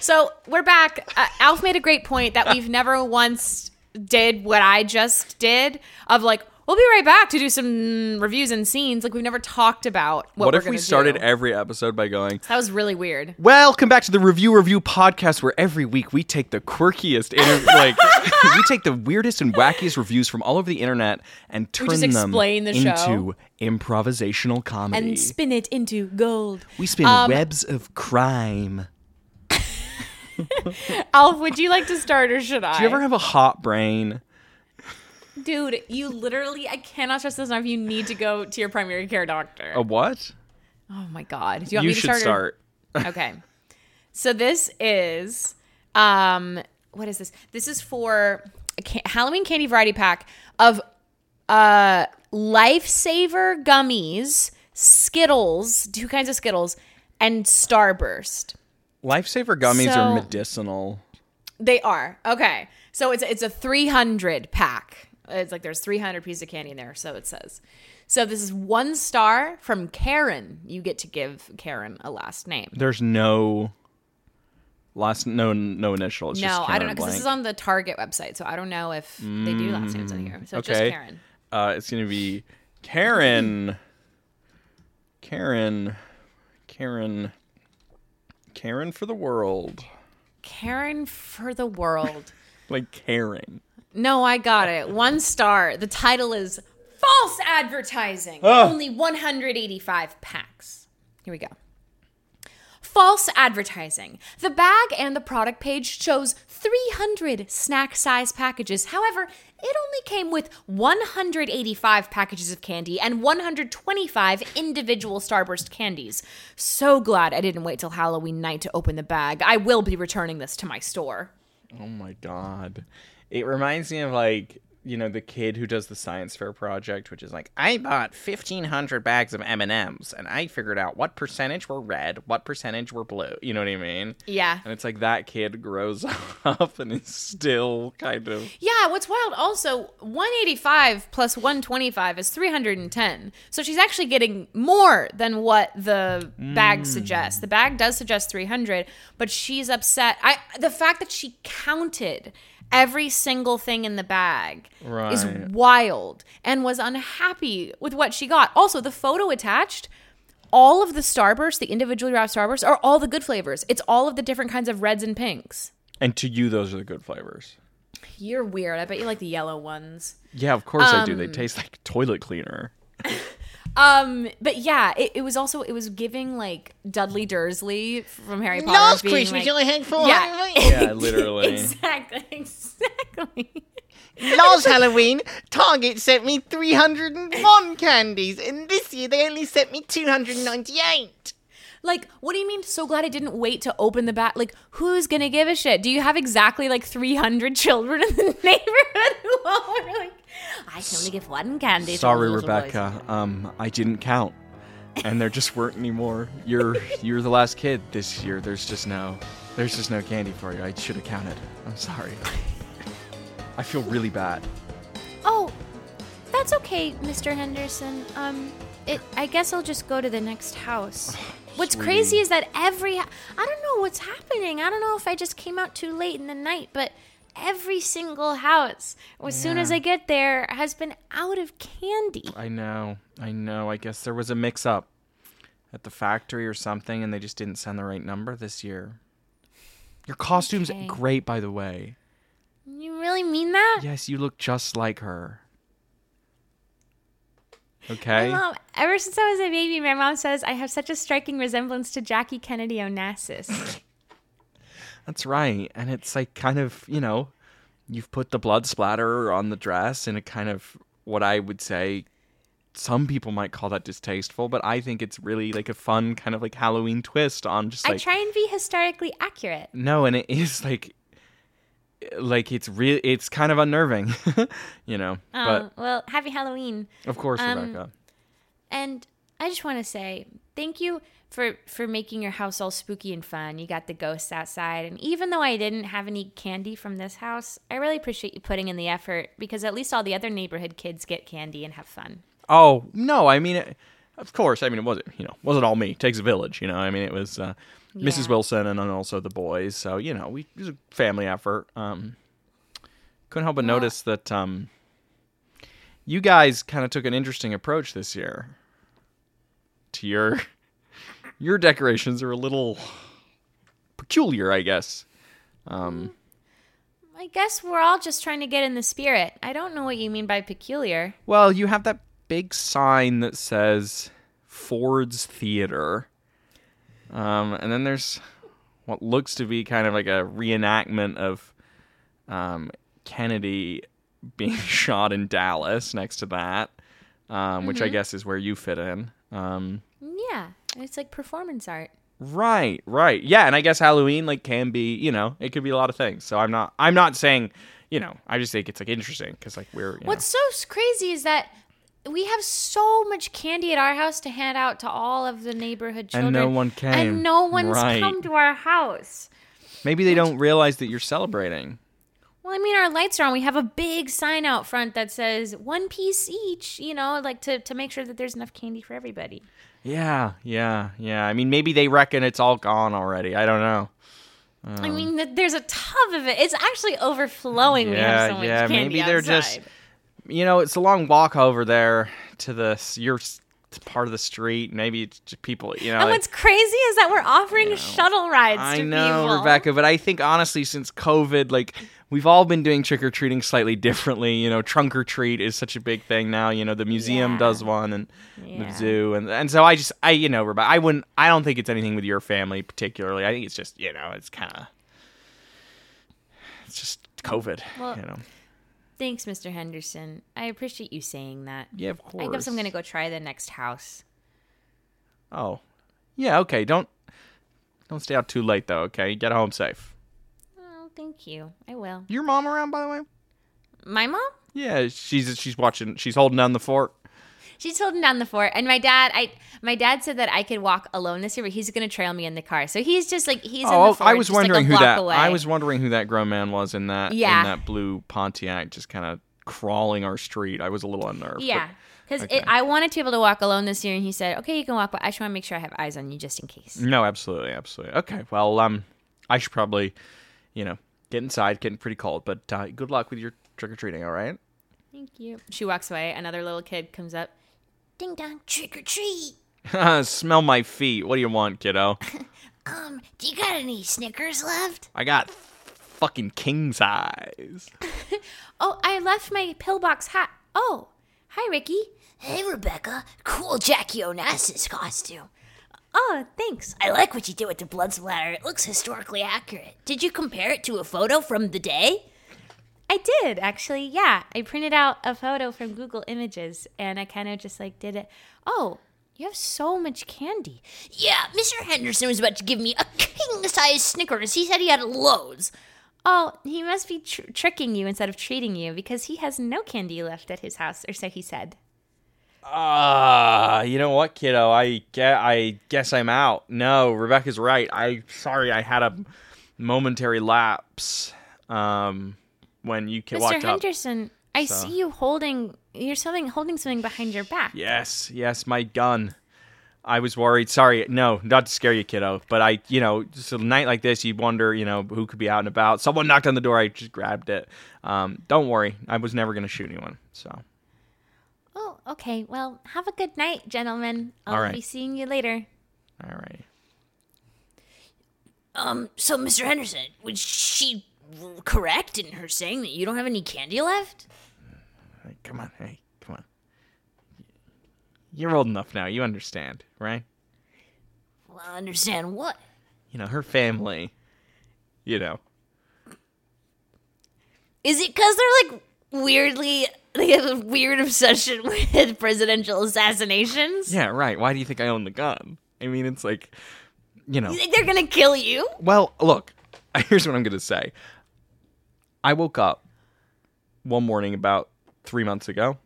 Speaker 3: So we're back. Uh, Alf made a great point that we've never once did what I just did of like, we'll be right back to do some reviews and scenes. Like, we've never talked about what,
Speaker 4: What
Speaker 3: we're
Speaker 4: if we
Speaker 3: gonna
Speaker 4: started
Speaker 3: do.
Speaker 4: every episode by going,
Speaker 3: that was really weird.
Speaker 4: Welcome back to the Review Review podcast, where every week we take the quirkiest, inter- like we take the weirdest and wackiest reviews from all over the internet and turn
Speaker 3: just
Speaker 4: them
Speaker 3: explain the
Speaker 4: into
Speaker 3: show.
Speaker 4: improvisational comedy.
Speaker 3: And um, spin it into gold.
Speaker 4: we spin webs of crime.
Speaker 3: Alf, would you like to start or should I?
Speaker 4: Do you ever have a hot brain?
Speaker 3: Dude, you literally, I cannot stress this enough. You need to go to your primary care doctor.
Speaker 4: A what?
Speaker 3: Oh my God. Do you want
Speaker 4: you
Speaker 3: me to
Speaker 4: should
Speaker 3: start? or-
Speaker 4: start.
Speaker 3: Okay. So this is um what is this? This is for a ca- Halloween candy variety pack of uh lifesaver gummies, Skittles, two kinds of Skittles, and Starburst.
Speaker 4: Lifesaver gummies
Speaker 3: So-
Speaker 4: are medicinal.
Speaker 3: They are. Okay. So it's it's a 300 pack. It's like there's 300 pieces of candy in there, so it says. So this is one star from Karen. You get to give Karen a last name.
Speaker 4: There's no last, no, no initial. It's just
Speaker 3: No, I don't know
Speaker 4: Karen
Speaker 3: because this is
Speaker 4: blank.
Speaker 3: on the Target website, so I don't know if they do last names on here. So it's just
Speaker 4: okay.
Speaker 3: Karen.
Speaker 4: Uh, it's gonna be Karen, Karen, Karen, Karen for the world.
Speaker 3: Karen for the world.
Speaker 4: Like Karen.
Speaker 3: no, I got it. One star. The title is False Advertising. Only 185 packs. Here we go. False advertising. The bag and the product page shows 300 snack size packages. However, it only came with 185 packages of candy and 125 individual Starburst candies. So glad I didn't wait till Halloween night to open the bag. I will be returning this to my store.
Speaker 4: Oh my god, it reminds me of like you know the kid who does the science fair project which is like i bought 1500 bags of m&ms and i figured out what percentage were red what percentage were blue you know what i mean
Speaker 3: Yeah.
Speaker 4: and it's like that kid grows up and is still kind of
Speaker 3: Yeah, what's wild also, 185 plus 125 is 310. So she's actually getting more than what the bag suggests. The bag does suggest 300, but she's upset. I the fact that she counted every single thing in the bag is
Speaker 4: Right.
Speaker 3: wild and was unhappy with what she got. Also, the photo attached all of the Starbursts, the individually wrapped Starbursts, are all the good flavors. It's all of the different kinds of reds and pinks.
Speaker 4: and to you those are the good flavors
Speaker 3: You're weird. I bet you like the yellow ones.
Speaker 4: yeah of course i do they taste like toilet cleaner
Speaker 3: Um, but yeah, it, it was also it was giving like Dudley Dursley from Harry Potter. Nose being, like, your head full. Yeah,
Speaker 4: yeah literally
Speaker 3: exactly, exactly.
Speaker 6: Last Halloween, Target sent me 301 candies, and this year they only sent me 298.
Speaker 3: Like, what do you mean? So glad I didn't wait to open the bat. Like, who's gonna give a shit? Do you have exactly like three hundred children in the neighborhood who all were like, I can only give one candy. to
Speaker 4: sorry
Speaker 3: the little boys."
Speaker 4: rebecca um i didn't count and there just weren't any more you're you're the last kid this year there's just no there's just no candy for you i should have counted i'm sorry i feel really bad
Speaker 7: Oh, that's okay, Mr. Henderson. Um, it. I guess I'll just go to the next house. What's crazy is that every. I don't know what's happening. I don't know if I just came out too late in the night, but every single house, as soon as I get there, has been out of candy.
Speaker 4: i know i know i guess there was a mix up at the factory or something and they just didn't send the right number this year your costume's great by the way
Speaker 7: You really mean that?
Speaker 4: yes you look just like her okay
Speaker 7: My mom, ever since I was a baby, my mom says I have such a striking resemblance to Jackie Kennedy Onassis.
Speaker 4: That's right. And it's like kind of, you know, you've put the blood splatter on the dress in a kind of what I would say some people might call that distasteful, but I think it's really like a fun kind of like Halloween twist on just
Speaker 7: I
Speaker 4: like
Speaker 7: try and be historically accurate.
Speaker 4: no, and it is like like it's real it's kind of unnerving, you know.
Speaker 7: Oh, well, happy Halloween.
Speaker 4: but of course,
Speaker 7: um,
Speaker 4: Rebecca.
Speaker 7: And I just want to say thank you for for making your house all spooky and fun. You got the ghosts outside, and even though I didn't have any candy from this house, I really appreciate you putting in the effort because at least all the other neighborhood kids get candy and have fun.
Speaker 4: Oh no, I mean, it, of course. I mean, it wasn't you know wasn't all me. It takes a village, you know. I mean, it was uh, Mrs. Wilson and then also the boys. So you know, we it was a family effort. Um, couldn't help but notice that um, you guys kind of took an interesting approach this year to your your decorations are a little peculiar, I guess.
Speaker 7: I guess we're all just trying to get in the spirit. I don't know what you mean by peculiar.
Speaker 4: Well, you have that big sign that says Ford's Theater. Um, and then there's what looks to be kind of like a reenactment of um, Kennedy being shot in Dallas next to that, um, which I guess is where you fit in. Um,
Speaker 7: Yeah, it's like performance art.
Speaker 4: Right, right. Yeah, and I guess Halloween like can be, you know, it could be a lot of things. So I'm not I'm not saying, you know, I just think it's like interesting cuz like we're you know.
Speaker 7: What's so s- crazy is that we have so much candy at our house to hand out to all of the
Speaker 4: And
Speaker 7: neighborhood children.
Speaker 4: no one came.
Speaker 7: And no one's
Speaker 4: Right.
Speaker 7: come to our house.
Speaker 4: Maybe they don't realize that you're celebrating.
Speaker 7: Well, I mean, our lights are on. We have a big sign out front that says one piece each, you know, like to, to make sure that there's enough candy for everybody.
Speaker 4: Yeah, yeah, yeah. I mean, maybe they reckon it's all gone already. I don't know.
Speaker 7: I
Speaker 4: Um.
Speaker 7: mean, that there's a tub of it. It's actually overflowing. we
Speaker 4: Yeah,
Speaker 7: have so much
Speaker 4: yeah,
Speaker 7: candy
Speaker 4: maybe they're just- uh,
Speaker 7: outside.
Speaker 4: You know, it's a long walk over there to the s- your s- part of the street. Maybe it's just people, you know.
Speaker 7: And
Speaker 4: like-
Speaker 7: what's crazy is that we're offering shuttle rides
Speaker 4: I
Speaker 7: to
Speaker 4: know,
Speaker 7: people.
Speaker 4: Rebecca, but I think honestly, since COVID, like we've all been doing trick or treating slightly differently. You know, trunk or treat is such a big thing now. You know, the museum does one and the zoo, and and so I just, I you know, Rebecca, I wouldn't, I don't think it's anything with your family particularly. I think it's just, you know, it's kind of, it's just COVID.
Speaker 7: Well,
Speaker 4: you know,
Speaker 7: Thanks, Mr. Henderson. I appreciate you saying that.
Speaker 4: yeah, of course.
Speaker 7: I guess I'm going to go try the next house.
Speaker 4: Oh, yeah, okay. Don't don't stay out too late though. Okay, get home safe.
Speaker 7: Oh, thank you. I will.
Speaker 4: Your mom around, by the way?
Speaker 7: My mom?
Speaker 4: Yeah, she's she's watching. She's holding down the fort.
Speaker 7: She's holding down the fort, and my dad, I, my dad said that I could walk alone this year, but he's gonna trail me in the car. So he's just like he's. in the
Speaker 4: Oh,
Speaker 7: fort,
Speaker 4: I was
Speaker 7: just, like, a
Speaker 4: wondering who
Speaker 7: block
Speaker 4: that.
Speaker 7: Away.
Speaker 4: I was wondering who that grown man was in that.
Speaker 7: Yeah.
Speaker 4: in that blue Pontiac, just kind of crawling our street. I was a little unnerved. but-
Speaker 7: Yeah, because
Speaker 4: Okay.
Speaker 7: I wanted to be able to walk alone this year, and he said, "Okay, you can walk, but I just want to make sure I have eyes on you just in case."
Speaker 4: no, absolutely, absolutely. Okay, well, um, I should probably, you know, get inside. Getting pretty cold, but uh, good luck with your trick or treating. All right.
Speaker 7: Thank you.
Speaker 4: Mm.
Speaker 7: She walks away. Another little kid comes up. Ding dong, trick or treat.
Speaker 4: Smell my feet. What do you want, kiddo?
Speaker 7: Um, do you got any Snickers left?
Speaker 4: I got fucking king size.
Speaker 7: Oh, I left my pillbox hat. Oh, hi, Ricky. Hey, Rebecca. Cool Jackie Onassis costume. Oh, thanks.
Speaker 8: I like what you did with the blood splatter. It looks historically accurate. Did you compare it to a photo from the day?
Speaker 7: I did actually. Yeah, I printed out a photo from Google Images, and I kind of just like did it. Oh, you have so much candy.
Speaker 8: Yeah, Mr. Henderson was about to give me a king size Snickers. He said he had loads.
Speaker 7: Oh, he must be tr- tricking you instead of treating you because he has no candy left at his house, or so he said.
Speaker 4: Ah, you know what, kiddo? I get. I guess I'm out. No, Rebecca's right. I sorry, I had a momentary lapse. Um, when you ki-
Speaker 7: Mr.
Speaker 4: walked up.
Speaker 7: Henderson, I
Speaker 4: So-
Speaker 7: see you holding. You're something holding something behind your back.
Speaker 4: Yes, yes, my gun. I was worried. Sorry, no, not to scare you, kiddo. But I, you know, just a night like this, you wonder, you know, who could be out and about. Someone knocked on the door. I just grabbed it. Um, don't worry, I was never gonna shoot anyone. So.
Speaker 7: Oh, okay. Well, have a good night, gentlemen. I'll
Speaker 4: All right.
Speaker 7: be seeing you later.
Speaker 4: All right.
Speaker 8: Um, so Mr. Henderson, was she correct in her saying that you don't have any candy left?
Speaker 4: Hey, Come on. Hey, come on. You're old enough now. You understand, right?
Speaker 8: Well, I understand what?
Speaker 4: You know, her family. You know.
Speaker 8: Is it because they're like weirdly, they have a weird obsession with presidential assassinations?
Speaker 4: Yeah, right. Why do you think I own the gun? I mean, it's like, you know.
Speaker 8: You think they're gonna kill you?
Speaker 4: Well, look, here's what I'm going to say. I woke up one morning about three months ago.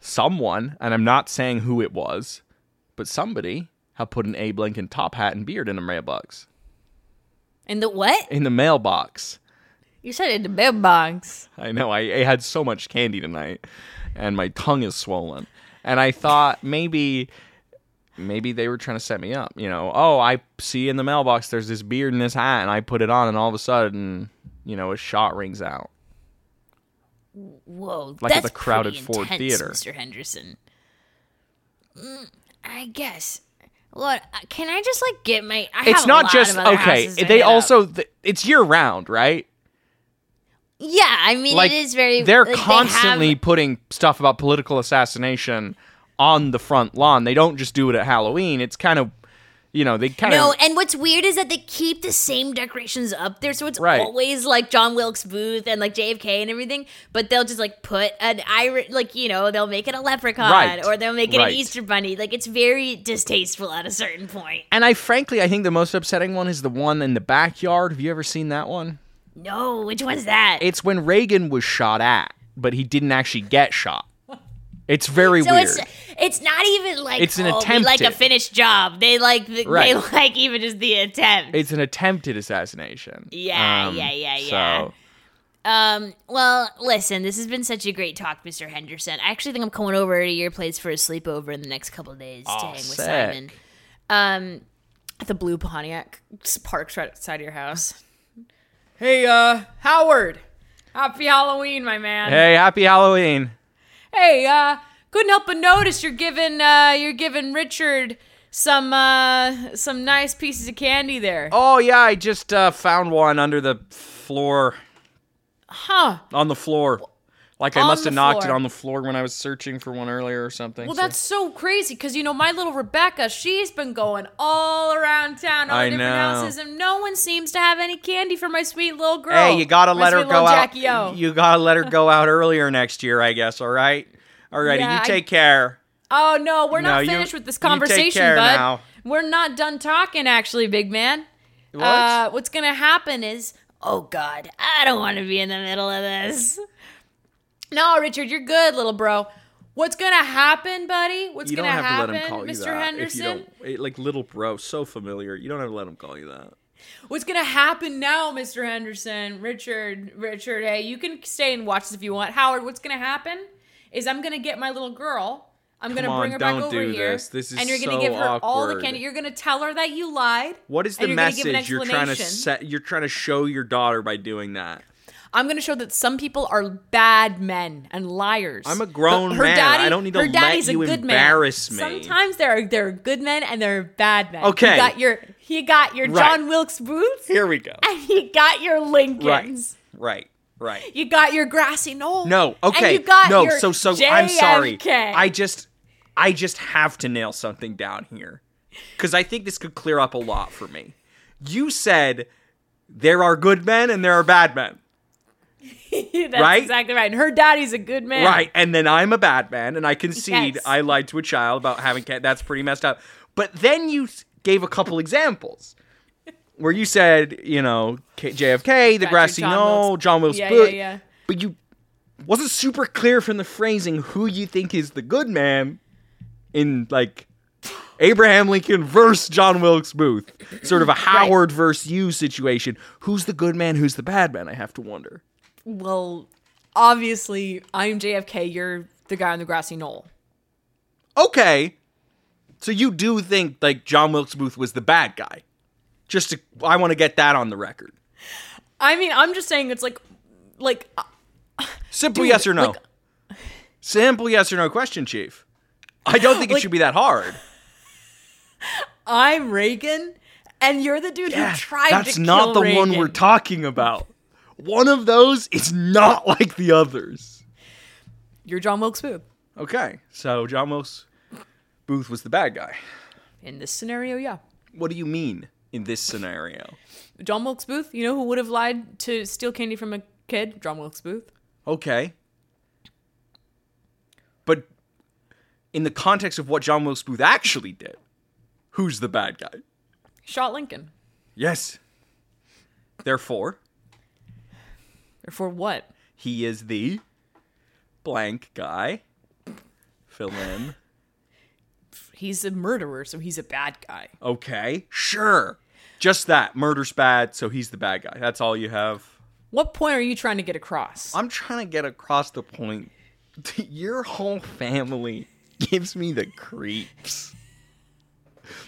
Speaker 4: Someone, and I'm not saying who it was, but somebody had put an Abe Lincoln top hat and beard in the mailbox.
Speaker 8: And the what?
Speaker 4: In the mailbox.
Speaker 7: You said in the bed box.
Speaker 4: I know. I, I had so much candy tonight, and my tongue is swollen. And I thought maybe, maybe they were trying to set me up. You know, oh, I see in the mailbox there's this beard and this hat, and I put it on, and all of a sudden, you know, a shot rings out.
Speaker 8: Whoa,
Speaker 4: Like at
Speaker 8: that's
Speaker 4: the crowded
Speaker 8: pretty
Speaker 4: Ford
Speaker 8: intense,
Speaker 4: Theater.
Speaker 8: Mr. Henderson. Mm,
Speaker 7: I guess.
Speaker 8: What? uh, Can I just like get my? I have
Speaker 4: It's
Speaker 8: a
Speaker 4: not
Speaker 8: lot
Speaker 4: just
Speaker 8: of other
Speaker 4: okay.
Speaker 8: houses to
Speaker 4: They
Speaker 8: hit up.
Speaker 4: also th- it's year round, right?
Speaker 8: Yeah, I mean
Speaker 4: Like
Speaker 8: it is very.
Speaker 4: they're
Speaker 8: like, they have-
Speaker 4: constantly putting stuff about political assassination on the front lawn. They don't just do it at Halloween. It's kind of, you know, they kind
Speaker 8: no,
Speaker 4: of
Speaker 8: and what's weird is that they keep the same decorations up there, so it's
Speaker 4: Right.
Speaker 8: always like John Wilkes Booth and like JFK and everything. But they'll just like put an iron, like you know, they'll make it a leprechaun
Speaker 4: Right,
Speaker 8: or they'll make it
Speaker 4: right.
Speaker 8: an Easter bunny. Like it's very distasteful at a certain point.
Speaker 4: And I frankly, I think the most upsetting one is the one in the backyard. Have you ever seen that one?
Speaker 8: No, which one's that?
Speaker 4: It's when Reagan was shot at, but he didn't actually get shot. It's very
Speaker 8: so
Speaker 4: weird.
Speaker 8: it's it's not even like
Speaker 4: It's an
Speaker 8: oh, we like a
Speaker 4: attempted.
Speaker 8: finished job. They like the,
Speaker 4: Right.
Speaker 8: they like even just the attempt.
Speaker 4: It's an attempted assassination.
Speaker 8: Yeah, yeah, yeah, yeah.
Speaker 4: um, So
Speaker 8: Um, well, listen, this has been such a great talk, Mr. Henderson. I actually think I'm coming over to your place for a sleepover in the next couple of days to hang with
Speaker 4: sick.
Speaker 8: Simon.
Speaker 3: Um, at the blue Pontiac s- parked right outside your house. Hey, uh, Howard. Happy Halloween, my man.
Speaker 4: hey, happy Halloween.
Speaker 3: Hey, uh, couldn't help but notice you're giving uh you're giving Richard some uh some nice pieces of candy there.
Speaker 4: Oh yeah, I just uh, found one under the floor,
Speaker 3: Huh.
Speaker 4: on the floor. Like I
Speaker 3: On
Speaker 4: must
Speaker 3: the
Speaker 4: have knocked
Speaker 3: floor.
Speaker 4: it on the floor when I was searching for one earlier or something.
Speaker 3: Well,
Speaker 4: so-
Speaker 3: that's so crazy because you know my little Rebecca, she's been going all around town, all
Speaker 4: I
Speaker 3: the different
Speaker 4: know.
Speaker 3: houses, and no one seems to have any candy for my sweet little girl.
Speaker 4: Hey, you gotta
Speaker 3: my
Speaker 4: let
Speaker 3: sweet
Speaker 4: her
Speaker 3: little
Speaker 4: go out.
Speaker 3: Jackie O.
Speaker 4: You gotta let her go out earlier next year, I guess. All right, all righty.
Speaker 3: Yeah, I-
Speaker 4: you take care.
Speaker 3: Oh no, we're
Speaker 4: No,
Speaker 3: not
Speaker 4: you-
Speaker 3: finished with this
Speaker 4: you take
Speaker 3: conversation,
Speaker 4: care
Speaker 3: bud.
Speaker 4: now.
Speaker 3: We're not done talking, actually, big man. Uh, what's gonna happen is
Speaker 8: Oh God, I don't want to be in the middle of this.
Speaker 3: No, Richard, you're good, little bro. What's gonna happen, buddy? What's
Speaker 4: you don't
Speaker 3: gonna
Speaker 4: have
Speaker 3: happen,
Speaker 4: to let him call you
Speaker 3: Mr.
Speaker 4: that.
Speaker 3: Henderson?
Speaker 4: If you don't, it- like little bro, so familiar. You don't have to let him call you that.
Speaker 3: What's gonna happen now, Mr. Henderson? Richard, Richard, hey, you can stay and watch this if you want. Howard, what's gonna happen is I'm gonna get my little girl. I'm gonna
Speaker 4: Come
Speaker 3: bring
Speaker 4: on,
Speaker 3: her back
Speaker 4: don't
Speaker 3: over
Speaker 4: do
Speaker 3: here,
Speaker 4: this. This is
Speaker 3: and you're gonna
Speaker 4: so
Speaker 3: give her all the
Speaker 4: awkward.
Speaker 3: candy. You're gonna tell her that you lied.
Speaker 4: What is the
Speaker 3: and you're gonna give an
Speaker 4: message you're trying to
Speaker 3: explanation.
Speaker 4: set? You're trying to show your daughter by doing that.
Speaker 3: I'm gonna show that some people are bad men and liars.
Speaker 4: I'm a grown
Speaker 3: But her
Speaker 4: man.
Speaker 3: Daddy,
Speaker 4: I don't need to
Speaker 3: her
Speaker 4: let
Speaker 3: daddy's a
Speaker 4: you
Speaker 3: good
Speaker 4: embarrass
Speaker 3: man.
Speaker 4: me.
Speaker 3: Sometimes there are there are good men and there are bad men.
Speaker 4: Okay.
Speaker 3: you got your he got your
Speaker 4: Right.
Speaker 3: John Wilkes Booths
Speaker 4: Here we go.
Speaker 3: and he got your Lincolns.
Speaker 4: Right, right, right.
Speaker 3: You got your grassy knoll.
Speaker 4: No, okay.
Speaker 3: And you got
Speaker 4: no,
Speaker 3: your
Speaker 4: so so I'm sorry.
Speaker 3: JFK.
Speaker 4: I just I just have to nail something down here cuz I think this could clear up a lot for me. You said there are good men and there are bad men.
Speaker 3: That's
Speaker 4: right?
Speaker 3: exactly right. And her daddy's a good man.
Speaker 4: Right, and then I'm a bad man and I concede
Speaker 3: Yes.
Speaker 4: I lied to a child about having cat. That's pretty messed up. But then you s- gave a couple examples where you said, you know, K- JFK, the
Speaker 3: Got your
Speaker 4: grassy
Speaker 3: John
Speaker 4: knoll,
Speaker 3: Wilkes-
Speaker 4: John Wilkes
Speaker 3: Yeah,
Speaker 4: Booth.
Speaker 3: yeah, yeah.
Speaker 4: But you wasn't super clear from the phrasing who you think is the good man in like Abraham Lincoln versus John Wilkes Booth, sort of a Howard versus you situation. Who's the good man? Who's the bad man? I have to wonder.
Speaker 3: Well, obviously I'm JFK. You're the guy on the grassy knoll.
Speaker 4: okay. So you do think like John Wilkes Booth was the bad guy? Just to, I want to get that on the record.
Speaker 3: I mean, I'm just saying it's like, like uh,
Speaker 4: Simple
Speaker 3: Dude,
Speaker 4: yes or no.
Speaker 3: like-
Speaker 4: Simple yes or no question, Chief. I don't think it should be that hard.
Speaker 3: I'm Reagan, and you're the dude who tried to
Speaker 4: That's not
Speaker 3: kill
Speaker 4: the one
Speaker 3: Reagan.
Speaker 4: we're talking about. One of those is not like the others.
Speaker 3: You're John Wilkes Booth.
Speaker 4: Okay, so John Wilkes Booth was the bad guy.
Speaker 3: In this scenario, yeah.
Speaker 4: What do you mean in this scenario?
Speaker 3: John Wilkes Booth. You know who would have lied to steal candy from a kid? John Wilkes Booth.
Speaker 4: Okay. But in the context of what John Wilkes Booth actually did, who's the bad guy?
Speaker 3: Shot Lincoln.
Speaker 4: Yes. Therefore,
Speaker 3: Or for what?
Speaker 4: he is the blank guy. Fill in.
Speaker 3: He's a murderer, so he's a bad guy.
Speaker 4: Okay. Sure. Just that. Murder's bad, so he's the bad guy. That's all you have.
Speaker 3: What point are you trying to get across?
Speaker 4: I'm trying to get across the point. Your whole family gives me the creeps.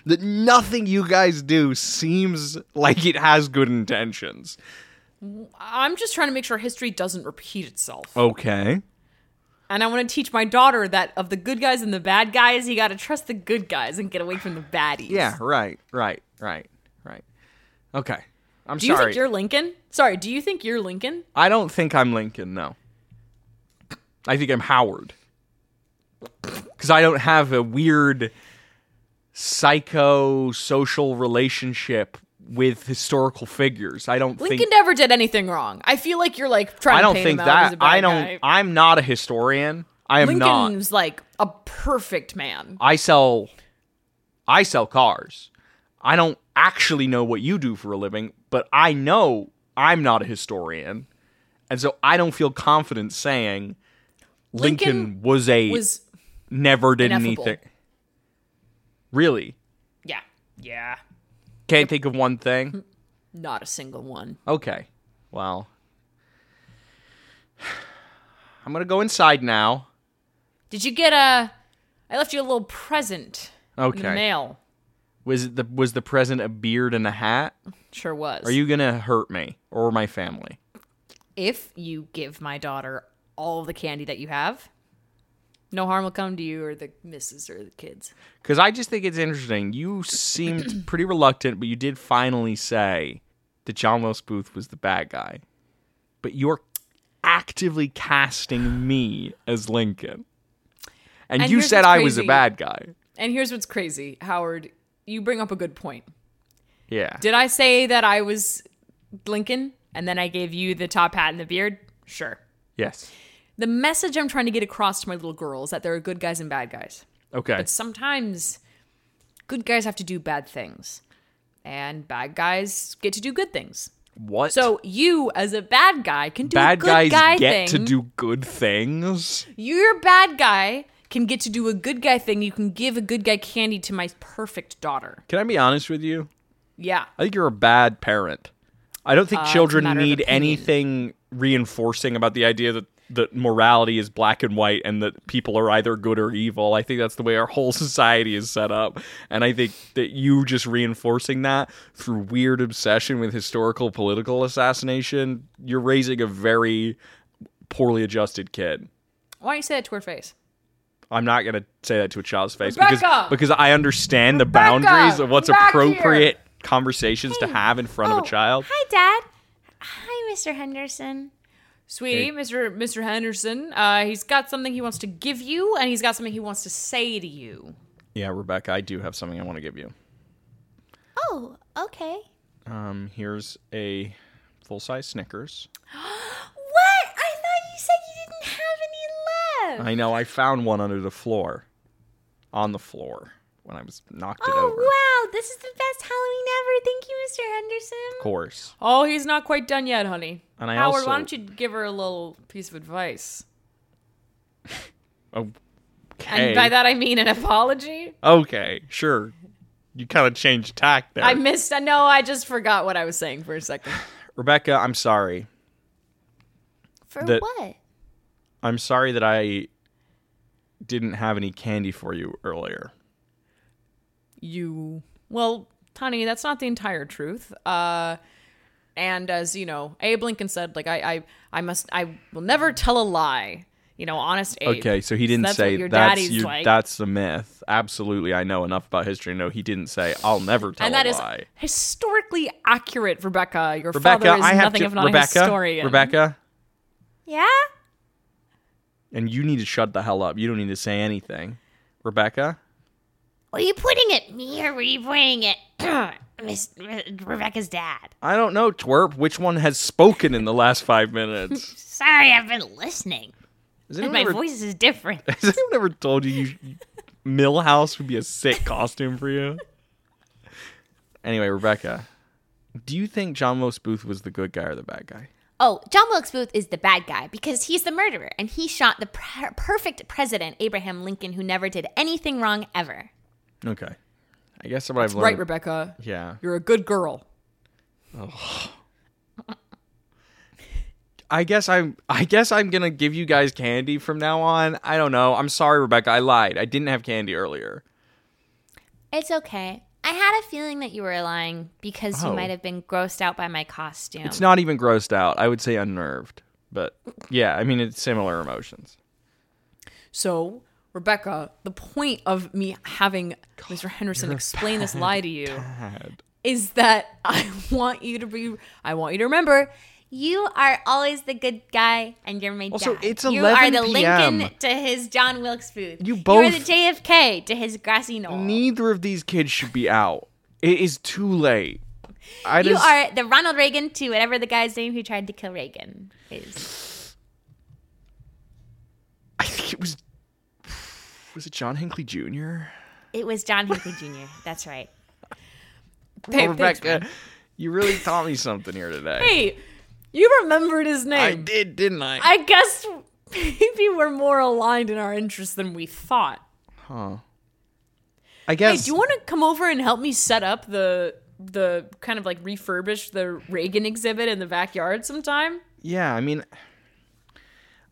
Speaker 4: That nothing you guys do seems like it has good intentions.
Speaker 3: I'm just trying to make sure history doesn't repeat itself.
Speaker 4: Okay.
Speaker 3: And I want to teach my daughter that of the good guys and the bad guys, you got to trust the good guys and get away from the baddies.
Speaker 4: Yeah, right, right, right, right. Okay. I'm
Speaker 3: Do you
Speaker 4: sorry.
Speaker 3: think you're Lincoln? Sorry, do you think you're Lincoln?
Speaker 4: I don't think I'm Lincoln, no. I think I'm Howard. Because I don't have a weird psychosocial relationship with historical figures. I don't
Speaker 3: Lincoln
Speaker 4: think
Speaker 3: never did anything wrong. I feel like you're like trying
Speaker 4: I don't
Speaker 3: to paint
Speaker 4: think
Speaker 3: him out as
Speaker 4: that
Speaker 3: a bad
Speaker 4: I don't
Speaker 3: guy.
Speaker 4: I'm not a historian. I am not.
Speaker 3: Lincoln was like a perfect man.
Speaker 4: I sell I sell cars. I don't actually know what you do for a living, but I know I'm not a historian. And so I don't feel confident saying Lincoln,
Speaker 3: Lincoln
Speaker 4: was a
Speaker 3: Was
Speaker 4: never did
Speaker 3: ineffable.
Speaker 4: anything. Really?
Speaker 3: yeah, yeah,
Speaker 4: Can't think of one thing.
Speaker 3: not a single one.
Speaker 4: Okay. Well, I'm going to go inside now.
Speaker 3: Did you get a I left you a little present in the
Speaker 4: Okay.
Speaker 3: mail.
Speaker 4: Was it the was the present a beard and a hat?
Speaker 3: Sure was.
Speaker 4: Are you going to hurt me or my family?
Speaker 3: if you give my daughter all of the candy that you have, no harm will come to you or the missus or the kids.
Speaker 4: Because I just think it's interesting. You seemed pretty reluctant, but you did finally say that John Wilkes Booth was the bad guy. But you're actively casting me as Lincoln.
Speaker 3: And
Speaker 4: And, you
Speaker 3: here's
Speaker 4: said
Speaker 3: what's
Speaker 4: I was a
Speaker 3: crazy.
Speaker 4: bad guy.
Speaker 3: And here's what's crazy, Howard. You bring up a good point.
Speaker 4: Yeah.
Speaker 3: Did I say that I was Lincoln and then I gave you the top hat and the beard? Sure.
Speaker 4: yes.
Speaker 3: The message I'm trying to get across to my little girl is that there are good guys and bad guys.
Speaker 4: Okay.
Speaker 3: But sometimes good guys have to do bad things, and bad guys get to do good things.
Speaker 4: What?
Speaker 3: So you, as a bad guy, can do a
Speaker 4: bad
Speaker 3: good
Speaker 4: guys
Speaker 3: guy
Speaker 4: get
Speaker 3: thing.
Speaker 4: to do good things.
Speaker 3: You're a bad guy can get to do a good guy thing. You can give a good guy candy to my perfect daughter.
Speaker 4: Can I be honest with you?
Speaker 3: Yeah.
Speaker 4: I think you're a bad parent. I don't think children
Speaker 3: Uh, matter of
Speaker 4: need
Speaker 3: opinion.
Speaker 4: anything reinforcing about the idea that that morality is black and white and that people are either good or evil. I think that's the way our whole society is set up. And I think that you just reinforcing that through weird obsession with historical political assassination, you're raising a very poorly adjusted kid.
Speaker 3: Why don't you say that to her face?
Speaker 4: I'm not going to say that to a child's face
Speaker 3: Rebecca!
Speaker 4: because because I understand the boundaries of what's appropriate conversations to have in front of
Speaker 9: Oh,
Speaker 4: a child.
Speaker 9: Hi, Dad. Hi, Mr. Henderson.
Speaker 3: Sweetie, Mr. Mr. Henderson, uh, he's got something he wants to give you, and he's got something he wants to say to you.
Speaker 4: Yeah, Rebecca, I do have something I want to give you.
Speaker 9: Oh, okay.
Speaker 4: Um, here's a full-size Snickers.
Speaker 9: What? I thought you said you didn't have any left.
Speaker 4: I know I found one under the floor, on the floor when I was knocked it
Speaker 9: Oh,
Speaker 4: over.
Speaker 9: wow. This is the best Halloween ever. Thank you, Mr. Henderson.
Speaker 4: Of course.
Speaker 3: Oh, he's not quite done yet, honey.
Speaker 4: And I
Speaker 3: Howard,
Speaker 4: also-
Speaker 3: why don't you give her a little piece of advice?
Speaker 4: Okay.
Speaker 3: And by that I mean an apology.
Speaker 4: okay, sure. You kind of changed tack there,
Speaker 3: I missed. I know. I just forgot what I was saying for a second.
Speaker 4: Rebecca. I'm sorry.
Speaker 9: For
Speaker 4: The-
Speaker 9: what?
Speaker 4: I'm sorry that I didn't have any candy for you earlier.
Speaker 3: you well tani that's not the entire truth uh and as you know abe lincoln said like i i, I must i will never tell a lie you know honest abe
Speaker 4: Okay, so he didn't
Speaker 3: that's
Speaker 4: say
Speaker 3: what your
Speaker 4: that's
Speaker 3: daddy's
Speaker 4: you-
Speaker 3: like.
Speaker 4: that's a myth. Absolutely, I know enough about history. No, he didn't say I'll never tell
Speaker 3: and that
Speaker 4: a
Speaker 3: is
Speaker 4: lie.
Speaker 3: historically accurate rebecca your
Speaker 4: Rebecca,
Speaker 3: father is
Speaker 4: I have
Speaker 3: nothing
Speaker 4: to
Speaker 3: if not
Speaker 4: Rebecca,
Speaker 3: a historian
Speaker 4: Rebecca,
Speaker 9: Yeah?
Speaker 4: and you need to shut the hell up. You don't need to say anything. Rebecca,
Speaker 7: Were you pointing at me or were you pointing at Miss Re- Rebecca's dad?
Speaker 4: I don't know, twerp, which one has spoken in the last 5 minutes.
Speaker 7: Sorry, I've been listening.
Speaker 4: Has
Speaker 7: And
Speaker 4: anyone,
Speaker 7: my
Speaker 4: ever,
Speaker 7: voice is different.
Speaker 4: has anyone ever told you, you Millhouse would be a sick costume for you? Anyway, Rebecca, do you think John Wilkes Booth was the good guy or the bad guy?
Speaker 7: Oh, John Wilkes Booth is the bad guy because he's the murderer and he shot the per- perfect president, Abraham Lincoln, who never did anything wrong ever.
Speaker 4: Okay. I guess what I've learned
Speaker 3: right rebecca
Speaker 4: Yeah.
Speaker 3: you're a good girl
Speaker 4: I guess I'm I guess I'm gonna give you guys candy from now on. I don't know. I'm sorry, Rebecca. I lied. I didn't have candy earlier.
Speaker 7: It's okay. I had a feeling that you were lying because
Speaker 4: Oh.
Speaker 7: you might have been grossed out by my costume.
Speaker 4: It's not even grossed out. I would say unnerved. But yeah, I mean it's similar emotions.
Speaker 3: so rebecca the point of me having mr henderson explain this lie to you is that i want you to be i want you to remember
Speaker 7: you are always the good guy and you're my
Speaker 4: Also,
Speaker 7: dad.
Speaker 4: it's
Speaker 7: You are
Speaker 4: 11
Speaker 7: the
Speaker 4: p.m..
Speaker 7: Lincoln to his John Wilkes Booth.
Speaker 4: You
Speaker 7: You're the
Speaker 4: both-
Speaker 7: JFK to his grassy knoll.
Speaker 4: Neither of these kids should be out. It is too late. I
Speaker 7: You
Speaker 4: just
Speaker 7: are the Ronald Reagan to whatever the guy's name who tried to kill Reagan is.
Speaker 4: I think it was was it John Hinckley Jr.?
Speaker 7: It was John Hinckley Jr. That's right.
Speaker 3: Hey, thanks,
Speaker 4: Oh, Rebecca, you really taught me something here today.
Speaker 3: Hey, you remembered his name.
Speaker 4: I did, didn't I?
Speaker 3: I guess maybe we're more aligned in our interests than we thought.
Speaker 4: I
Speaker 3: Hey,
Speaker 4: guess
Speaker 3: do you want to come over and help me set up the the kind of like refurbish the Reagan exhibit in the backyard sometime?
Speaker 4: yeah i mean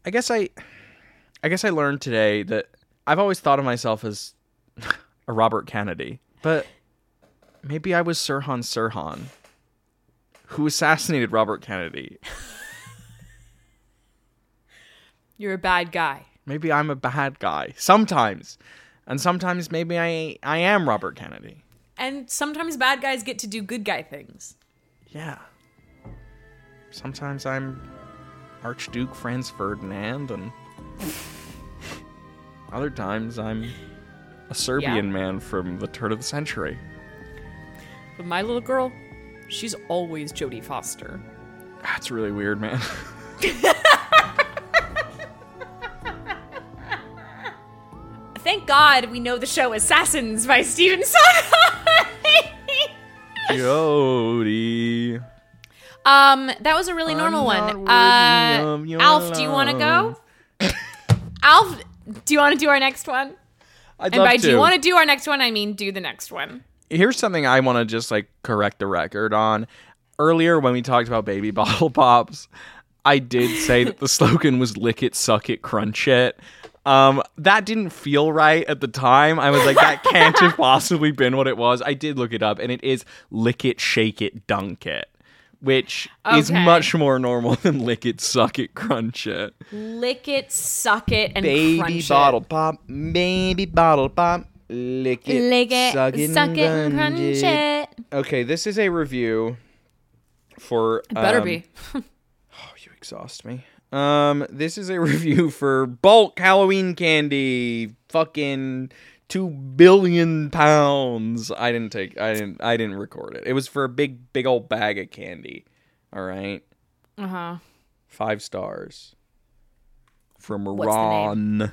Speaker 4: i guess i i guess i learned today that i've always thought of myself as a robert kennedy but maybe i was sirhan sirhan who assassinated robert kennedy
Speaker 3: You're a bad guy.
Speaker 4: maybe i'm a bad guy sometimes and sometimes maybe i i am robert kennedy
Speaker 3: And sometimes bad guys get to do good guy things.
Speaker 4: yeah sometimes i'm archduke franz ferdinand and other times i'm a serbian
Speaker 3: Yeah.
Speaker 4: man from the turn of the century
Speaker 3: But my little girl, she's always Jodie Foster.
Speaker 4: That's really weird, man.
Speaker 3: Thank God we know the show Assassins by Steven Sondheim.
Speaker 4: Jody.
Speaker 7: Um, that was a really normal one. Uh,
Speaker 4: of
Speaker 7: Alf, do you want to go? Alf, do you want to do our next one?
Speaker 10: I'd
Speaker 7: And
Speaker 10: love
Speaker 7: by
Speaker 10: to.
Speaker 7: do you want to do our next one, I mean do the next one.
Speaker 10: Here's something I want to just like correct the record on. Earlier, when we talked about baby bottle pops, I did say that the slogan was "Lick it, suck it, crunch it." Um, that didn't feel right at the time. I was like, that can't have possibly been what it was. I did look it up, and it is "Lick it, shake it, dunk it," which is
Speaker 7: Okay.
Speaker 10: much more normal than "Lick it, suck it, crunch it."
Speaker 7: Lick it, suck it, and
Speaker 4: Baby
Speaker 7: crunch
Speaker 4: bottle
Speaker 7: It.
Speaker 4: pop, baby bottle pop, lick it,
Speaker 11: Lick it,
Speaker 4: suck it,
Speaker 11: suck it, and
Speaker 4: grunge
Speaker 11: crunch it.
Speaker 4: Okay, this is a review for.
Speaker 7: Better
Speaker 4: um, Oh,
Speaker 7: be.
Speaker 4: You exhaust me. Um, this is a review for bulk Halloween candy. Fucking two billion pounds. I didn't take. I didn't. I didn't record it. It was for a big, big old bag of candy. All right,
Speaker 7: Uh huh.
Speaker 4: five stars from
Speaker 7: the
Speaker 4: Ron.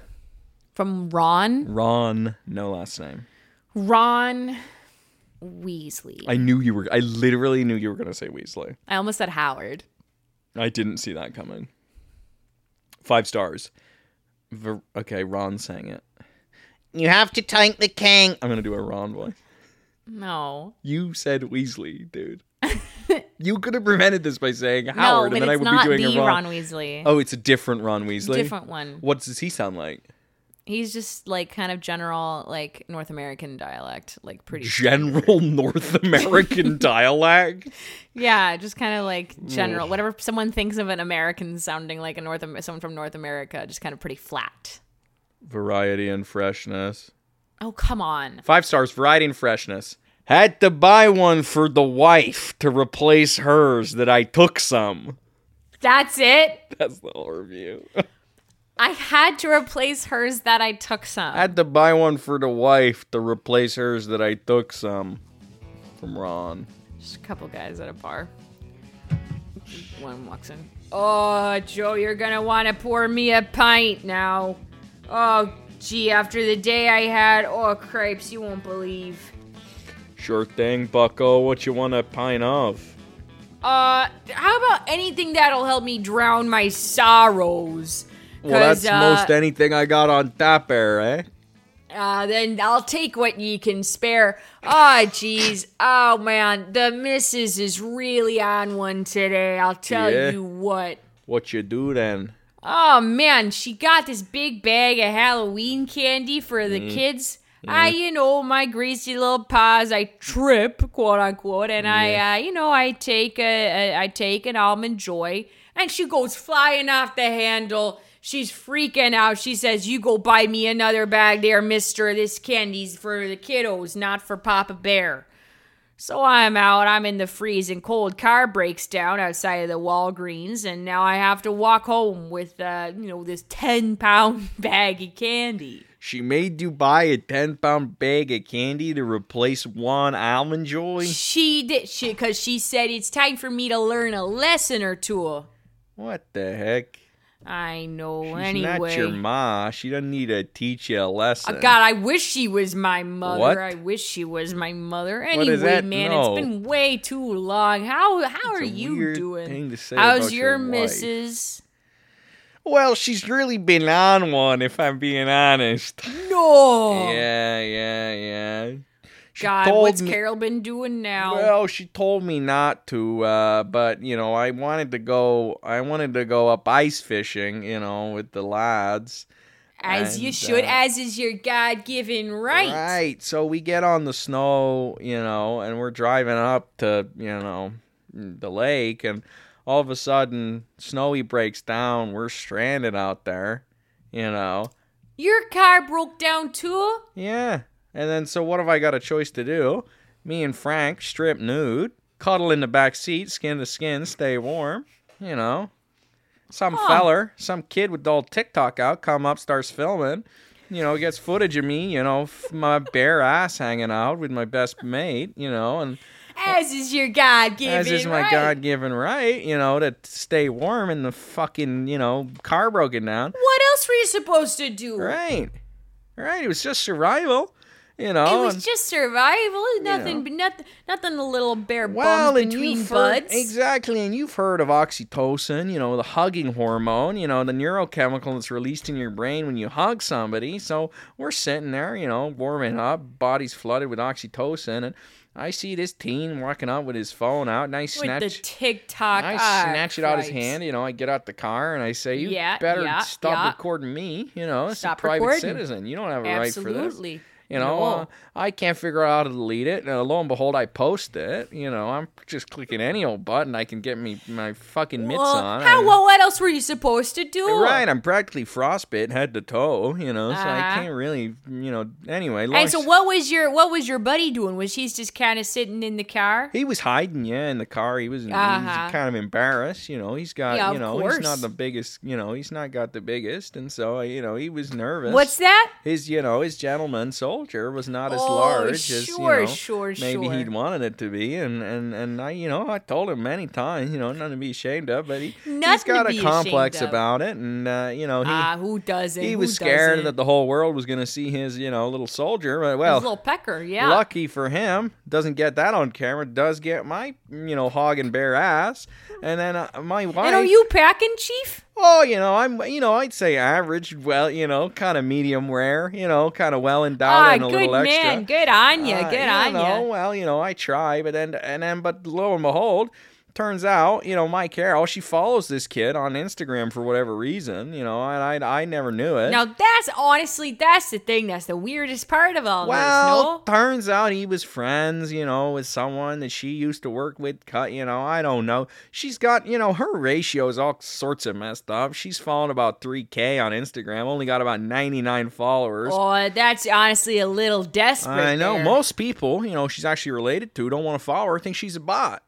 Speaker 7: From Ron.
Speaker 4: Ron, no last name.
Speaker 7: Ron.
Speaker 12: Weasley.
Speaker 4: I knew you were. I literally knew you were gonna say Weasley.
Speaker 7: I almost said Howard.
Speaker 4: I didn't see that coming. Five stars. Ver- okay, Ron sang it.
Speaker 6: You have to tank the king.
Speaker 4: I'm gonna do a Ron voice.
Speaker 7: No.
Speaker 4: You said Weasley, dude. you could have prevented this by saying Howard,
Speaker 7: no,
Speaker 4: and
Speaker 7: but
Speaker 4: then I
Speaker 7: it's
Speaker 4: would
Speaker 7: not
Speaker 4: be doing
Speaker 7: the
Speaker 4: a Ron.
Speaker 7: Ron Weasley.
Speaker 4: oh, it's a different Ron Weasley.
Speaker 7: Different one.
Speaker 4: What does he sound like?
Speaker 7: He's just like kind of general, like North American dialect, like pretty.
Speaker 4: General North American dialect.
Speaker 7: yeah, just kind of like general. Whatever someone thinks of an American sounding like a North Am- someone from North America, just kind of pretty flat.
Speaker 4: Variety and freshness.
Speaker 7: Oh come on!
Speaker 4: Five stars, variety and freshness. Had to buy one for the wife to replace hers that I took some.
Speaker 7: That's it.
Speaker 4: That's the whole review.
Speaker 7: I had to replace hers that I took some.
Speaker 4: Had to buy one for the wife to replace hers that I took some. From Ron.
Speaker 7: Just a couple guys at a bar. One walks in. Oh, Joe, you're gonna want to pour me a pint now. Oh, gee, after the day I had, oh, cripes, you won't believe.
Speaker 4: Sure thing, bucko. What you want a pint of?
Speaker 7: Uh, how about anything that'll help me drown my sorrows?
Speaker 4: Well, that's
Speaker 7: 'Cause, uh,
Speaker 4: most anything I got on tap air, eh?
Speaker 7: Uh, then I'll take what ye can spare. Ah, jeez. Oh, man. The missus is really on one today. I'll tell
Speaker 4: Yeah.
Speaker 7: you what.
Speaker 4: What you do then?
Speaker 7: Oh man, she got this big bag of Halloween candy for the kids. I, you know, my greasy little paws, I trip, quote unquote, and I, uh, you know, I take a, a, I take an almond joy, and she goes flying off the handle. She's freaking out. She says, "You go buy me another bag, there, Mister. This candy's for the kiddos, not for Papa Bear." So I'm out. I'm in the freezing cold. Car breaks down outside of the Walgreens, and now I have to walk home with, uh, you know, this ten pound bag of candy.
Speaker 4: She made you buy a 10 pound bag of candy to replace one almond joy?
Speaker 7: She did she because she said it's time for me to learn a lesson or two.
Speaker 4: What the heck?
Speaker 7: I know.
Speaker 4: She's
Speaker 7: anyway,
Speaker 4: not your ma. She doesn't need to teach you a lesson.
Speaker 7: Uh, God, I wish she was my mother.
Speaker 4: What?
Speaker 7: I wish she was my mother.
Speaker 4: What
Speaker 7: Anyway,
Speaker 4: is that?
Speaker 7: man,
Speaker 4: No.
Speaker 7: it's been way too long. How how
Speaker 4: It's
Speaker 7: are
Speaker 4: a
Speaker 7: you
Speaker 4: weird
Speaker 7: doing?
Speaker 4: thing to say
Speaker 7: How's
Speaker 4: about
Speaker 7: your,
Speaker 4: your wife.
Speaker 7: missus?
Speaker 4: Well, she's really been on one, if I'm being honest.
Speaker 7: No.
Speaker 4: Yeah, yeah, yeah. She
Speaker 7: God,
Speaker 4: told
Speaker 7: what's
Speaker 4: me-
Speaker 7: Carol been doing now?
Speaker 4: Well, she told me not to, uh, but you know, I wanted to go. I wanted to go up ice fishing, you know, with the lads.
Speaker 7: As you
Speaker 4: And,
Speaker 7: should,
Speaker 4: uh,
Speaker 7: as is your God given right.
Speaker 4: Right. So we get on the snow, you know, and we're driving up to, you know, the lake, and all of a sudden, Snowy breaks down. We're stranded out there, you know.
Speaker 7: Your car broke down too?
Speaker 4: Yeah. And then, so what have I got a choice to do? Me and Frank strip nude, cuddle in the back seat, skin to skin, stay warm, you know. Some feller, some kid with the old TikTok out, come up, starts filming. You know, gets footage of me, you know, f- my bare ass hanging out with my best mate, you know, and
Speaker 7: As is your God given right.
Speaker 4: as is my God given right, you know, to stay warm in the fucking, you know, car broken down.
Speaker 7: What else were you supposed to do?
Speaker 4: Right. Right. It was just survival. You
Speaker 13: It
Speaker 4: know,
Speaker 13: was
Speaker 4: and-
Speaker 13: just survival. Nothing, but nothing, nothing. A little bare
Speaker 4: well,
Speaker 13: bones
Speaker 4: and
Speaker 13: between
Speaker 4: you've heard-
Speaker 13: buds.
Speaker 4: exactly, and you've heard of oxytocin, you know, the hugging hormone, you know, the neurochemical that's released in your brain when you hug somebody. So we're sitting there, you know, warming up, body's flooded with oxytocin, and I see this teen walking up with his phone out, and I
Speaker 7: With
Speaker 4: snatch,
Speaker 7: the TikTok.
Speaker 4: I
Speaker 7: ah,
Speaker 4: snatch it out of his
Speaker 7: Christ.
Speaker 4: hand, you know, I get out the car and I say, "You
Speaker 7: Yeah,
Speaker 4: better
Speaker 7: yeah,
Speaker 4: stop
Speaker 7: yeah.
Speaker 4: recording me," you know, it's
Speaker 7: Stop
Speaker 4: a private
Speaker 7: recording.
Speaker 4: citizen. You don't have a right for this.
Speaker 7: Absolutely.
Speaker 4: You know,
Speaker 7: No.
Speaker 4: uh, I can't figure out how to delete it. And lo and behold, I post it. You know, I'm just clicking any old button I can get me my fucking mitts
Speaker 7: Well,
Speaker 4: on.
Speaker 7: how?
Speaker 4: I-
Speaker 7: Well, what else were you supposed to do?
Speaker 4: Right, I'm practically frostbitten head to toe, you know, so I
Speaker 7: Uh-huh.
Speaker 4: can't really, you know. Anyway,
Speaker 7: Hey,
Speaker 4: long
Speaker 7: so
Speaker 4: s-
Speaker 7: what was your what was your buddy doing? Was he just kind of sitting in the car?
Speaker 4: he was hiding, yeah, in the car. He was,
Speaker 7: Uh-huh.
Speaker 4: he's kind of embarrassed, you know. He's got,
Speaker 7: Yeah,
Speaker 4: you
Speaker 7: of
Speaker 4: know, he's not
Speaker 7: course.
Speaker 4: the biggest, you know, he's not got the biggest, and so you know, he was nervous.
Speaker 7: What's that?
Speaker 4: his you know his gentleman soldier was not as
Speaker 7: Oh,
Speaker 4: large as you
Speaker 7: sure,
Speaker 4: know,
Speaker 7: sure,
Speaker 4: maybe
Speaker 7: sure.
Speaker 4: he'd wanted it to be and and and I you know I told him many times you know nothing to be ashamed of but he he's
Speaker 7: Nothing to
Speaker 4: got
Speaker 7: be
Speaker 4: a complex
Speaker 7: ashamed of.
Speaker 4: about it and uh, you know he
Speaker 7: Ah, who doesn't?
Speaker 4: he
Speaker 7: Who
Speaker 4: was scared
Speaker 7: doesn't?
Speaker 4: that the whole world was going to see his you know little soldier but
Speaker 7: His
Speaker 4: well
Speaker 7: little pecker. Yeah.
Speaker 4: Lucky for him, doesn't get that on camera. Does get my, you know, hog and bear ass, and then uh, my wife.
Speaker 7: And are you packing, Chief?
Speaker 4: Oh, you know, I'm, you know, I'd say average, well, you know, kind of medium rare, you know, kind of well endowed
Speaker 7: Ah,
Speaker 4: and a
Speaker 7: good
Speaker 4: little extra.
Speaker 7: man. Good on you.
Speaker 4: Uh,
Speaker 7: good on
Speaker 4: know,
Speaker 7: you.
Speaker 4: Well, you know, I try, but then, and then, but lo and behold, turns out, you know, my Carol, she follows this kid on Instagram for whatever reason, you know, and I, I never knew it.
Speaker 7: Now that's honestly that's the thing that's the weirdest part of all
Speaker 4: Well,
Speaker 7: this. No.
Speaker 4: turns out he was friends, you know, with someone that she used to work with. Cut, you know, I don't know. She's got, you know, her ratio is all sorts of messed up. She's following about 3K on Instagram, only got about 99 followers.
Speaker 7: Oh, that's honestly a little desperate.
Speaker 4: I know
Speaker 7: there.
Speaker 4: most people, you know, she's actually related to, don't want to follow her, think she's a bot.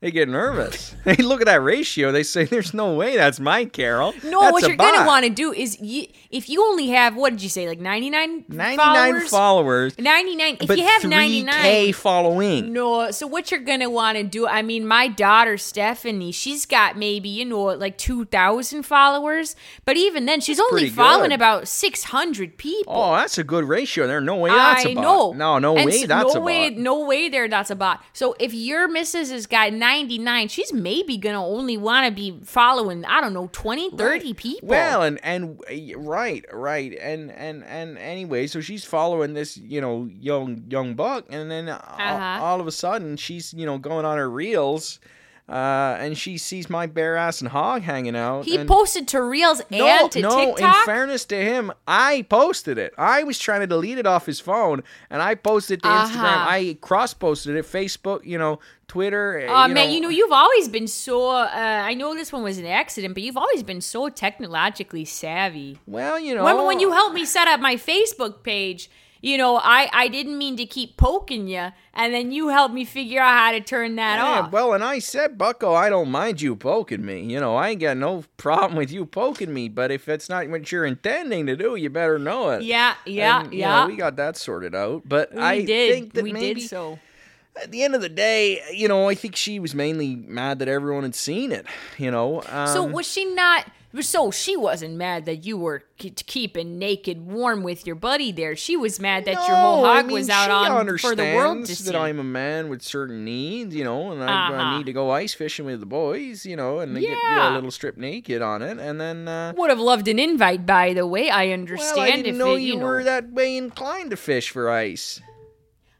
Speaker 4: They get nervous. they look at that ratio. They say, "There's no way that's my Carol."
Speaker 7: No,
Speaker 4: that's
Speaker 7: what
Speaker 4: a
Speaker 7: you're gonna
Speaker 4: bot."
Speaker 7: want to do is you, if you only have what did you say like 99
Speaker 4: 99
Speaker 7: followers?
Speaker 4: followers,
Speaker 7: 99 if
Speaker 4: but
Speaker 7: you have
Speaker 4: 3K
Speaker 7: 99
Speaker 4: following.
Speaker 7: no so what you're gonna want to do i mean my daughter stephanie she's got maybe you know like 2000 followers but even then she's only
Speaker 4: pretty
Speaker 7: following
Speaker 4: good.
Speaker 7: about 600 people
Speaker 4: Oh, that's a good ratio. There, no way that's
Speaker 7: I
Speaker 4: a bot.
Speaker 7: know.
Speaker 4: No, no
Speaker 7: And
Speaker 4: way
Speaker 7: s-
Speaker 4: that's
Speaker 7: no
Speaker 4: a
Speaker 7: way,
Speaker 4: bot.
Speaker 7: No way there that's a bot. So if your missus has got 99, she's maybe going to only want to be following, I don't know, 20, 30 people.
Speaker 4: Well, and and uh, right, right, and and and anyway, so she's following this, you know, young young buck, and then uh
Speaker 7: Uh-huh.
Speaker 4: all of a sudden she's, you know, going on her reels, uh, and she sees my bare ass and hog hanging out.
Speaker 7: he
Speaker 4: and,
Speaker 7: posted to Reels
Speaker 4: no,
Speaker 7: and to
Speaker 4: no. In
Speaker 7: TikTok.
Speaker 4: fairness to him, I posted it. I was trying to delete it off his phone, and I posted it to Instagram.
Speaker 7: Uh-huh.
Speaker 4: I cross posted it, Facebook, you know, Twitter.
Speaker 7: Oh man, you know you've always been so. Uh, I know this one was an accident, but you've always been so technologically savvy.
Speaker 4: Well, you know.
Speaker 7: Remember when you helped me set up my Facebook page? You know, I I didn't mean to keep poking you, and then you helped me figure out how to turn that
Speaker 4: Yeah,
Speaker 7: off.
Speaker 4: well, and I said, Bucko, I don't mind you poking me. You know, I ain't got no problem with you poking me, but if it's not what you're intending to do, you better know it.
Speaker 7: yeah, yeah,
Speaker 4: And, you know,
Speaker 7: yeah.
Speaker 4: we got that sorted out, but
Speaker 7: We
Speaker 4: I
Speaker 7: did.
Speaker 4: think that
Speaker 7: we
Speaker 4: maybe
Speaker 7: did so.
Speaker 4: at the end of the day, you know, I think she was mainly mad that everyone had seen it. You know, um,
Speaker 7: so was she not? So she wasn't mad that you were k- keeping naked warm with your buddy there. She was mad that your whole
Speaker 4: No, I
Speaker 7: hog
Speaker 4: mean,
Speaker 7: was out
Speaker 4: she
Speaker 7: on for the world to
Speaker 4: understands
Speaker 7: see.
Speaker 4: that I'm a man with certain needs, you know, and I, I
Speaker 7: Uh-huh.
Speaker 4: need to go ice fishing with the boys, you know, and they get you know, a
Speaker 7: Yeah.
Speaker 4: little strip naked on it, and then. Uh,
Speaker 7: Would have loved an invite, by the way. I understand.
Speaker 4: Well, I didn't
Speaker 7: if
Speaker 4: know
Speaker 7: it,
Speaker 4: you,
Speaker 7: you, know.
Speaker 4: were that way inclined to fish for ice.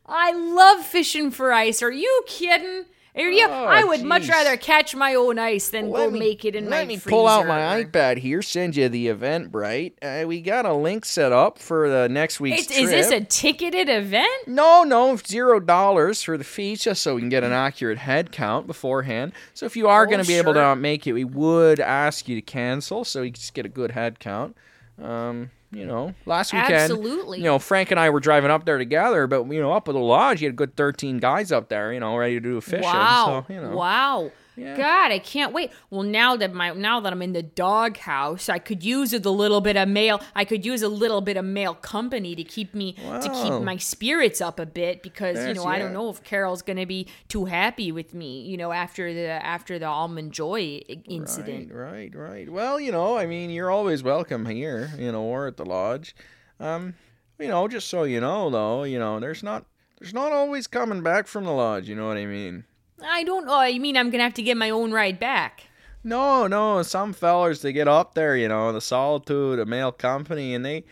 Speaker 7: I love fishing for ice. Are you kidding? Are you?
Speaker 4: Oh,
Speaker 7: I would much
Speaker 4: jeez.
Speaker 7: rather catch my own ice than go make it in
Speaker 4: let
Speaker 7: my
Speaker 4: me
Speaker 7: freezer.
Speaker 4: pull out my iPad here, send you the event, Bright. Uh, we got a link set up for the next week's
Speaker 7: It's-
Speaker 4: trip.
Speaker 7: is this a ticketed event?
Speaker 4: no, no, zero dollars for the fee, just so we can get an accurate head count beforehand. So if you
Speaker 7: Oh,
Speaker 4: are going to be able to make it, we would ask you to cancel, so we can just get a good head count. Um, you know, last weekend,
Speaker 7: Absolutely.
Speaker 4: You know, Frank and I were driving up there together, but you know, up at the lodge, you had a good thirteen guys up there, you know, ready to do a fishing.
Speaker 7: Wow!
Speaker 4: So, you know.
Speaker 7: Wow! God, I can't wait. Well, now that my now that I'm in the doghouse, I could use a little bit of male. I could use a little bit of male company to keep me to
Speaker 4: Wow.
Speaker 7: keep my spirits up a bit because you
Speaker 4: There's-
Speaker 7: know I don't
Speaker 4: yeah.
Speaker 7: know if Carol's gonna be too happy with me. You know after the after the almond joy i- incident.
Speaker 4: Right, right, right. Well, you know, I mean, you're always welcome here, you know, or at the lodge. Um, you know, just so you know, though, you know, there's not there's not always coming back from the lodge. You know what I mean?
Speaker 7: I don't. Oh, you mean I'm gonna have to get my own ride back?
Speaker 4: No, no, some fellers they get up there, you know, the solitude, a male company, and they,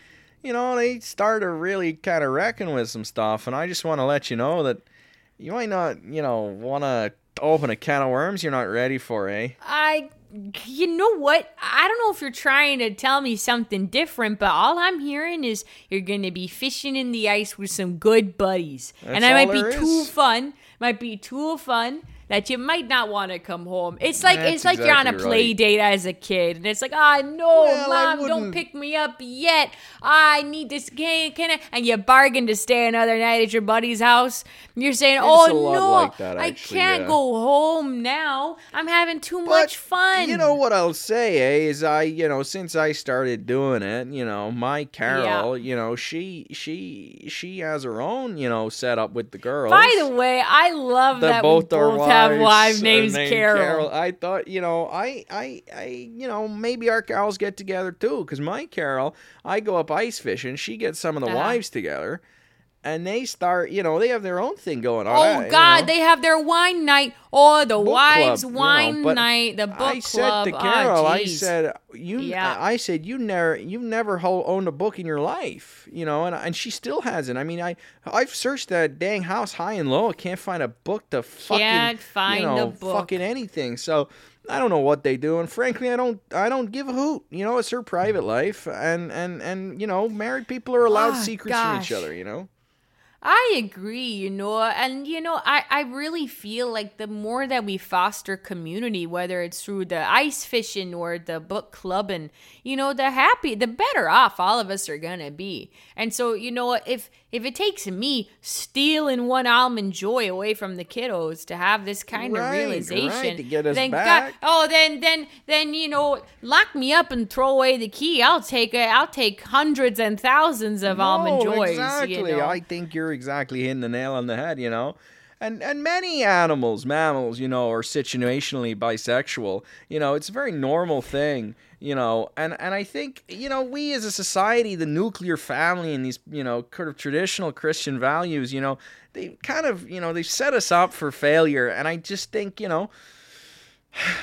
Speaker 4: you know, they start to really kind of reckon with some stuff. And I just want to let you know that you might not, you know, want to open a can of worms you're not ready for, eh?
Speaker 7: I. You know what? I don't know if you're trying to tell me something different, but all I'm hearing is you're gonna be fishing in the ice with some good buddies, and
Speaker 4: That's
Speaker 7: I might
Speaker 4: all
Speaker 7: be
Speaker 4: there
Speaker 7: too
Speaker 4: is.
Speaker 7: fun. Might be too fun that you might not want to come home. It's like
Speaker 4: That's
Speaker 7: it's like you're on a
Speaker 4: exactly
Speaker 7: play
Speaker 4: right.
Speaker 7: date as a kid, and it's like, ah, no,
Speaker 4: Well, I
Speaker 7: mom, don't
Speaker 4: wouldn't-
Speaker 7: pick me up yet. I need this game, can I? And you bargain to stay another night at your buddy's house. You're saying,
Speaker 4: It's a
Speaker 7: oh
Speaker 4: lot
Speaker 7: no,
Speaker 4: like that, actually,
Speaker 7: I can't
Speaker 4: yeah.
Speaker 7: go home now. I'm having too much fun.
Speaker 4: You know what I'll say eh, is I, you know, since I started doing it, you know, my Carol, you know, she she she has her own, you know, setup with the girls.
Speaker 7: By the way, I love that,
Speaker 4: that both
Speaker 7: we
Speaker 4: our
Speaker 7: both have
Speaker 4: wives
Speaker 7: live
Speaker 4: are
Speaker 7: names
Speaker 4: named
Speaker 7: Carol.
Speaker 4: I thought, you know, I, I, I, you know, maybe our Carols get together too, because my Carol, I go up ice fishing, she gets some of
Speaker 7: Uh-huh.
Speaker 4: the wives together, and they start, you know, they have their own thing going on. I-
Speaker 7: Oh
Speaker 4: you
Speaker 7: God!
Speaker 4: know.
Speaker 7: They have their wine night or the
Speaker 4: Book
Speaker 7: wives'
Speaker 4: club, you know,
Speaker 7: wine
Speaker 4: but
Speaker 7: night, the book
Speaker 4: I
Speaker 7: club.
Speaker 4: said to
Speaker 7: Ah,
Speaker 4: Carol, I
Speaker 7: jeez.
Speaker 4: said you,
Speaker 7: Yeah.
Speaker 4: I said you never, you've never ho- owned a book in your life, you know, and and she still hasn't. I mean, I I've searched that dang house high and low, I can't find a book to fucking
Speaker 7: Can't find
Speaker 4: you
Speaker 7: a
Speaker 4: know,
Speaker 7: book.
Speaker 4: fucking anything. So I don't know what they do, and frankly, I don't, I don't give a hoot. You know, it's her private life, and and and you know, married people are allowed
Speaker 7: Ah,
Speaker 4: secrets from each
Speaker 7: gosh.
Speaker 4: other. You know,
Speaker 7: I agree, you know, and you know, I, I really feel like the more that we foster community, whether it's through the ice fishing or the book club, and you know, the happy, the better off all of us are gonna be. And so, you know, if if it takes me stealing one almond joy away from the kiddos to have this kind
Speaker 4: Right,
Speaker 7: of
Speaker 4: right,
Speaker 7: realization,
Speaker 4: to get us
Speaker 7: then
Speaker 4: back.
Speaker 7: God, oh, then then then you know, lock me up and throw away the key. I'll take a, I'll take hundreds and thousands of almond
Speaker 4: No,
Speaker 7: joys.
Speaker 4: Exactly.
Speaker 7: You know?
Speaker 4: I think you're exactly hitting the nail on the head, you know. And and many animals, mammals, you know, are situationally bisexual. You know, it's a very normal thing, you know. And and I think, you know, we as a society, the nuclear family and these, you know, kind of traditional Christian values, you know, they kind of, you know, they set us up for failure. And I just think, you know,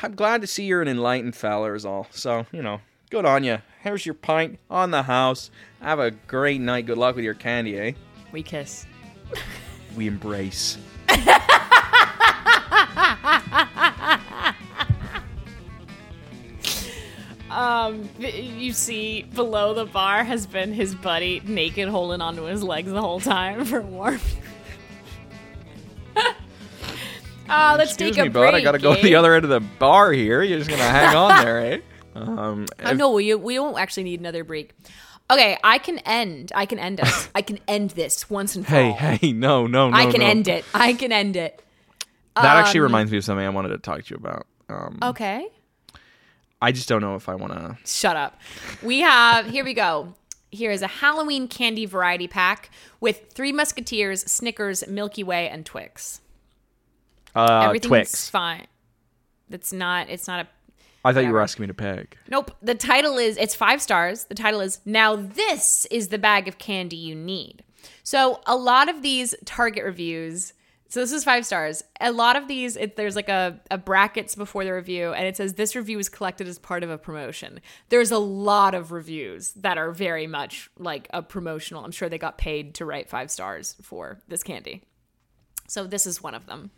Speaker 4: I'm glad to see you're an enlightened fella, is all. So, you know, good on you. Here's your pint on the house. Have a great night. Good luck with your candy, eh?
Speaker 7: We kiss.
Speaker 4: We embrace.
Speaker 7: Um, you see, below the bar has been his buddy naked, holding onto his legs the whole time for warmth. uh, let's
Speaker 4: Excuse
Speaker 7: take a
Speaker 4: me,
Speaker 7: break.
Speaker 4: bud. I gotta go
Speaker 7: eh?
Speaker 4: to the other end of the bar here. You're just gonna hang on there, eh? Um,
Speaker 7: Uh, no, we we don't actually need another break. Okay, I can end. I can end us. I can end this once and for
Speaker 4: hey,
Speaker 7: all.
Speaker 4: hey, no, no, no.
Speaker 7: I can
Speaker 4: no.
Speaker 7: end it. Um, I can end it.
Speaker 4: That actually reminds me of something I wanted to talk to you about. Um,
Speaker 7: Okay.
Speaker 4: I just don't know if I want to.
Speaker 7: Shut up. We have here we go. Here is a Halloween candy variety pack with Three Musketeers, Snickers, Milky Way, and Twix.
Speaker 4: Uh,
Speaker 7: Everything's
Speaker 4: Twix.
Speaker 7: fine. That's not. It's not a.
Speaker 4: I thought you were asking me to peg.
Speaker 7: Nope. The title is. It's five stars. The title is. Now this is the bag of candy you need. So a lot of these Target reviews. So this is five stars. A lot of these, it, there's like a, a brackets before the review, and it says this review is collected as part of a promotion. There's a lot of reviews that are very much like a promotional. I'm sure they got paid to write five stars for this candy. So this is one of them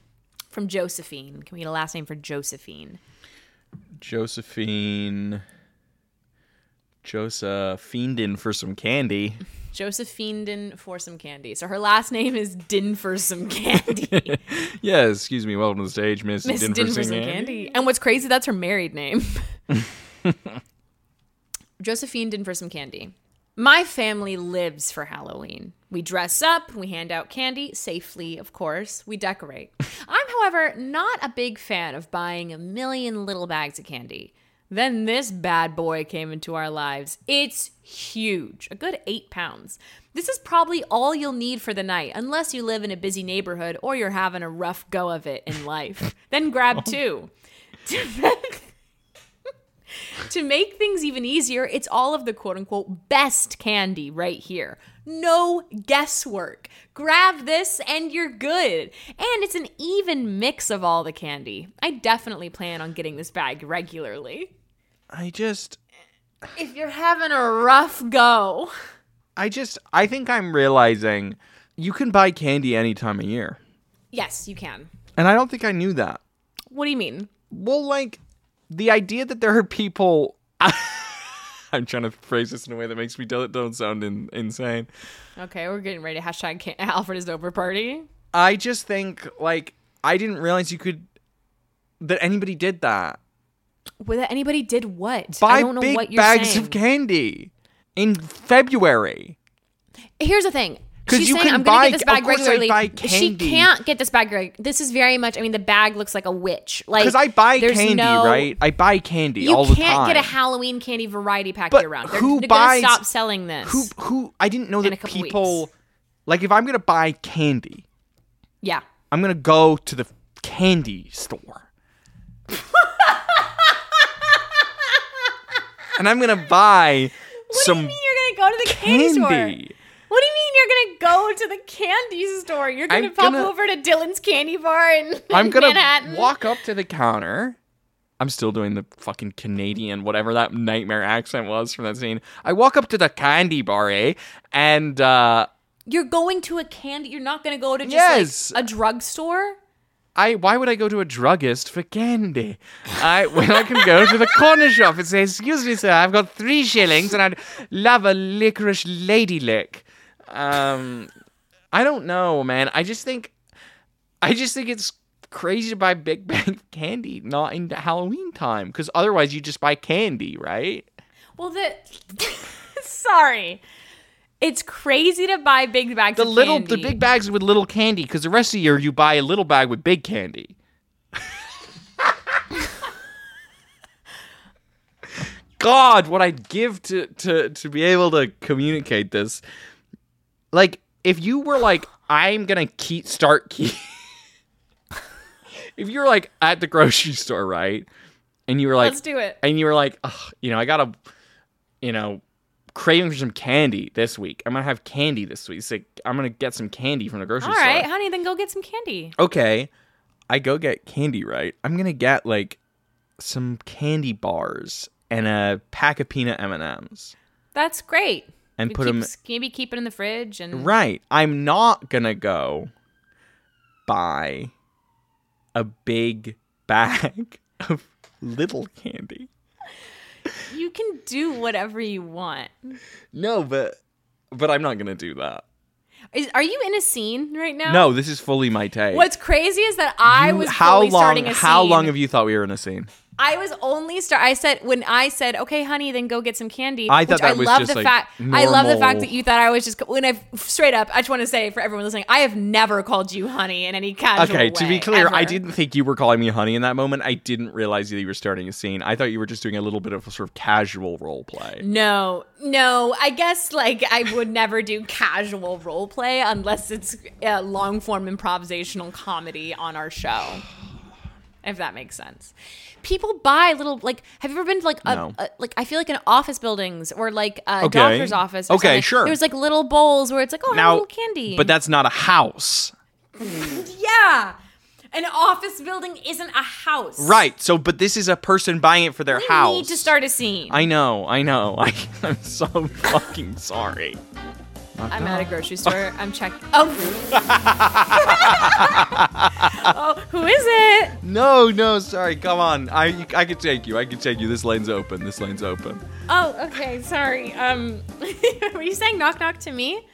Speaker 7: from Josephine. Can we get a last name for Josephine?
Speaker 4: Josephine. Josephine in for some candy.
Speaker 7: Josephine Din for some candy. So her last name is Din for some candy.
Speaker 4: Yeah, excuse me. Welcome to the stage, Miss
Speaker 7: Miss Din for some candy. And what's crazy, that's her married name. Josephine Din for some candy. My family lives for Halloween. We dress up, we hand out candy, safely, of course, we decorate. I'm, however, not a big fan of buying a million little bags of candy. Then this bad boy came into our lives. It's huge, a good eight pounds. This is probably all you'll need for the night, unless you live in a busy neighborhood or you're having a rough go of it in life. then grab two. to make things even easier, it's all of the quote unquote best candy right here. No guesswork. Grab this and you're good. And it's an even mix of all the candy. I definitely plan on getting this bag regularly.
Speaker 4: I just
Speaker 7: If you're having a rough go,
Speaker 4: I just I think I'm realizing you can buy candy any time of year.
Speaker 7: yes, you can.
Speaker 4: And I don't think I knew that.
Speaker 7: What do you mean?
Speaker 4: Well, like the idea that there are people I'm trying to phrase this in a way that makes me don't, don't sound in, insane.
Speaker 7: Okay, we're getting ready to hashtag can- Alfred is over party.
Speaker 4: I just think like I didn't realize you could that anybody did that.
Speaker 7: Well, that anybody did what?
Speaker 4: Buy
Speaker 7: I don't know
Speaker 4: big
Speaker 7: what you're
Speaker 4: bags
Speaker 7: saying.
Speaker 4: of candy in February.
Speaker 7: Here's the thing.
Speaker 4: 'Cause
Speaker 7: She's
Speaker 4: you
Speaker 7: saying
Speaker 4: can
Speaker 7: I'm gonna
Speaker 4: buy-
Speaker 7: get this
Speaker 4: of
Speaker 7: bag
Speaker 4: course I'd
Speaker 7: regularly.
Speaker 4: buy
Speaker 7: She
Speaker 4: candy.
Speaker 7: can't get this bag regularly. This is very much. I mean, the bag looks like a witch. Like
Speaker 4: Because I buy
Speaker 7: there's
Speaker 4: candy,
Speaker 7: no-
Speaker 4: right? I buy candy
Speaker 7: You
Speaker 4: all the
Speaker 7: can't
Speaker 4: time.
Speaker 7: get a Halloween candy variety pack
Speaker 4: But
Speaker 7: year round. They're,
Speaker 4: who
Speaker 7: they're
Speaker 4: buys-
Speaker 7: gonna stop selling this.
Speaker 4: who who I didn't know
Speaker 7: a
Speaker 4: that
Speaker 7: couple
Speaker 4: people
Speaker 7: weeks.
Speaker 4: like if I'm gonna buy candy,
Speaker 7: yeah.
Speaker 4: I'm gonna go to the candy store. and I'm gonna buy some
Speaker 7: You're gonna go to the candy, store.
Speaker 4: candy.
Speaker 7: What do you mean you're gonna go to the candy store? You're gonna
Speaker 4: I'm
Speaker 7: pop
Speaker 4: gonna-
Speaker 7: over to Dylan's candy bar and
Speaker 4: I'm gonna
Speaker 7: Manhattan.
Speaker 4: walk up to the counter. I'm still doing the fucking Canadian, whatever that nightmare accent was from that scene. I walk up to the candy bar, eh? And uh
Speaker 7: You're going to a candy. You're not gonna go to just
Speaker 4: Yes.
Speaker 7: like a drugstore.
Speaker 4: I why would I go to a druggist for candy? I when I can go to the corner shop and say, "Excuse me, sir, I've got three shillings, and I'd love a licorice lady lick." Um, I don't know, man. I just think, I just think it's crazy to buy big bag candy not in Halloween time, because otherwise you just buy candy, right?
Speaker 7: Well, the sorry, it's crazy to buy big bags.
Speaker 4: The
Speaker 7: of
Speaker 4: little,
Speaker 7: candy.
Speaker 4: the big bags with little candy, because the rest of the year you buy a little bag with big candy. God, what I'd give to to to be able to communicate this. Like, if you were like, I'm gonna keep start keep. if you're like at the grocery store, right, and you were like,
Speaker 7: Let's do it.
Speaker 4: and you were like, Ugh, you know, I got a, you know, craving for some candy this week. I'm gonna have candy this week. It's like I'm gonna get some candy from the grocery
Speaker 7: All right,
Speaker 4: store.
Speaker 7: honey, then go get some candy.
Speaker 4: Okay, I go get candy. Right, I'm gonna get like some candy bars and a pack of peanut M and M's.
Speaker 7: That's great.
Speaker 4: And
Speaker 7: You
Speaker 4: put
Speaker 7: keep,
Speaker 4: 'em-
Speaker 7: maybe keep it in the fridge and
Speaker 4: Right, I'm not gonna go buy a big bag of little candy.
Speaker 7: you can do whatever you want.
Speaker 4: No, but but I'm not gonna do that.
Speaker 7: Is, are you in a scene right now?
Speaker 4: No, this is fully my take.
Speaker 7: What's crazy is that I
Speaker 4: You-
Speaker 7: was
Speaker 4: how
Speaker 7: fully
Speaker 4: long?
Speaker 7: starting a scene.
Speaker 4: how long have you thought we were in a scene?
Speaker 7: I was only start. I said when I said, "Okay, honey, then go get some candy."
Speaker 4: I thought
Speaker 7: which
Speaker 4: that
Speaker 7: I
Speaker 4: was
Speaker 7: love
Speaker 4: just,
Speaker 7: the
Speaker 4: like,
Speaker 7: fact. I love the fact
Speaker 4: normal.
Speaker 7: that you thought I was just when I straight up. I just want to say for everyone listening, I have never called you honey in any casual
Speaker 4: Okay, to
Speaker 7: way,
Speaker 4: be clear, I
Speaker 7: ever.
Speaker 4: didn't think you were calling me honey in that moment. I didn't realize that you were starting a scene. I thought you were just doing a little bit of a sort of casual role play.
Speaker 7: No, no. I guess like I would never do casual role play unless it's uh, long form improvisational comedy on our show. If that makes sense. People buy little like. Have you ever been to like a,
Speaker 4: No.
Speaker 7: a- like I feel like in office buildings or like a
Speaker 4: Okay.
Speaker 7: doctor's office. or
Speaker 4: Okay,
Speaker 7: something,
Speaker 4: sure.
Speaker 7: There's like little bowls where it's like oh have a little candy.
Speaker 4: but that's not a house,
Speaker 7: yeah, an office building isn't a house.
Speaker 4: right? So, but this is a person buying it for their
Speaker 7: We
Speaker 4: house.
Speaker 7: need to start a scene.
Speaker 4: I know, I know. I, I'm so fucking sorry.
Speaker 7: I'm at a grocery store. I'm checking. Oh. oh, who is it?
Speaker 4: No, no, sorry. Come on, I I could take you. I could take you. This lane's open. This lane's open.
Speaker 7: Oh, okay. Sorry. Um, were you saying knock knock to me?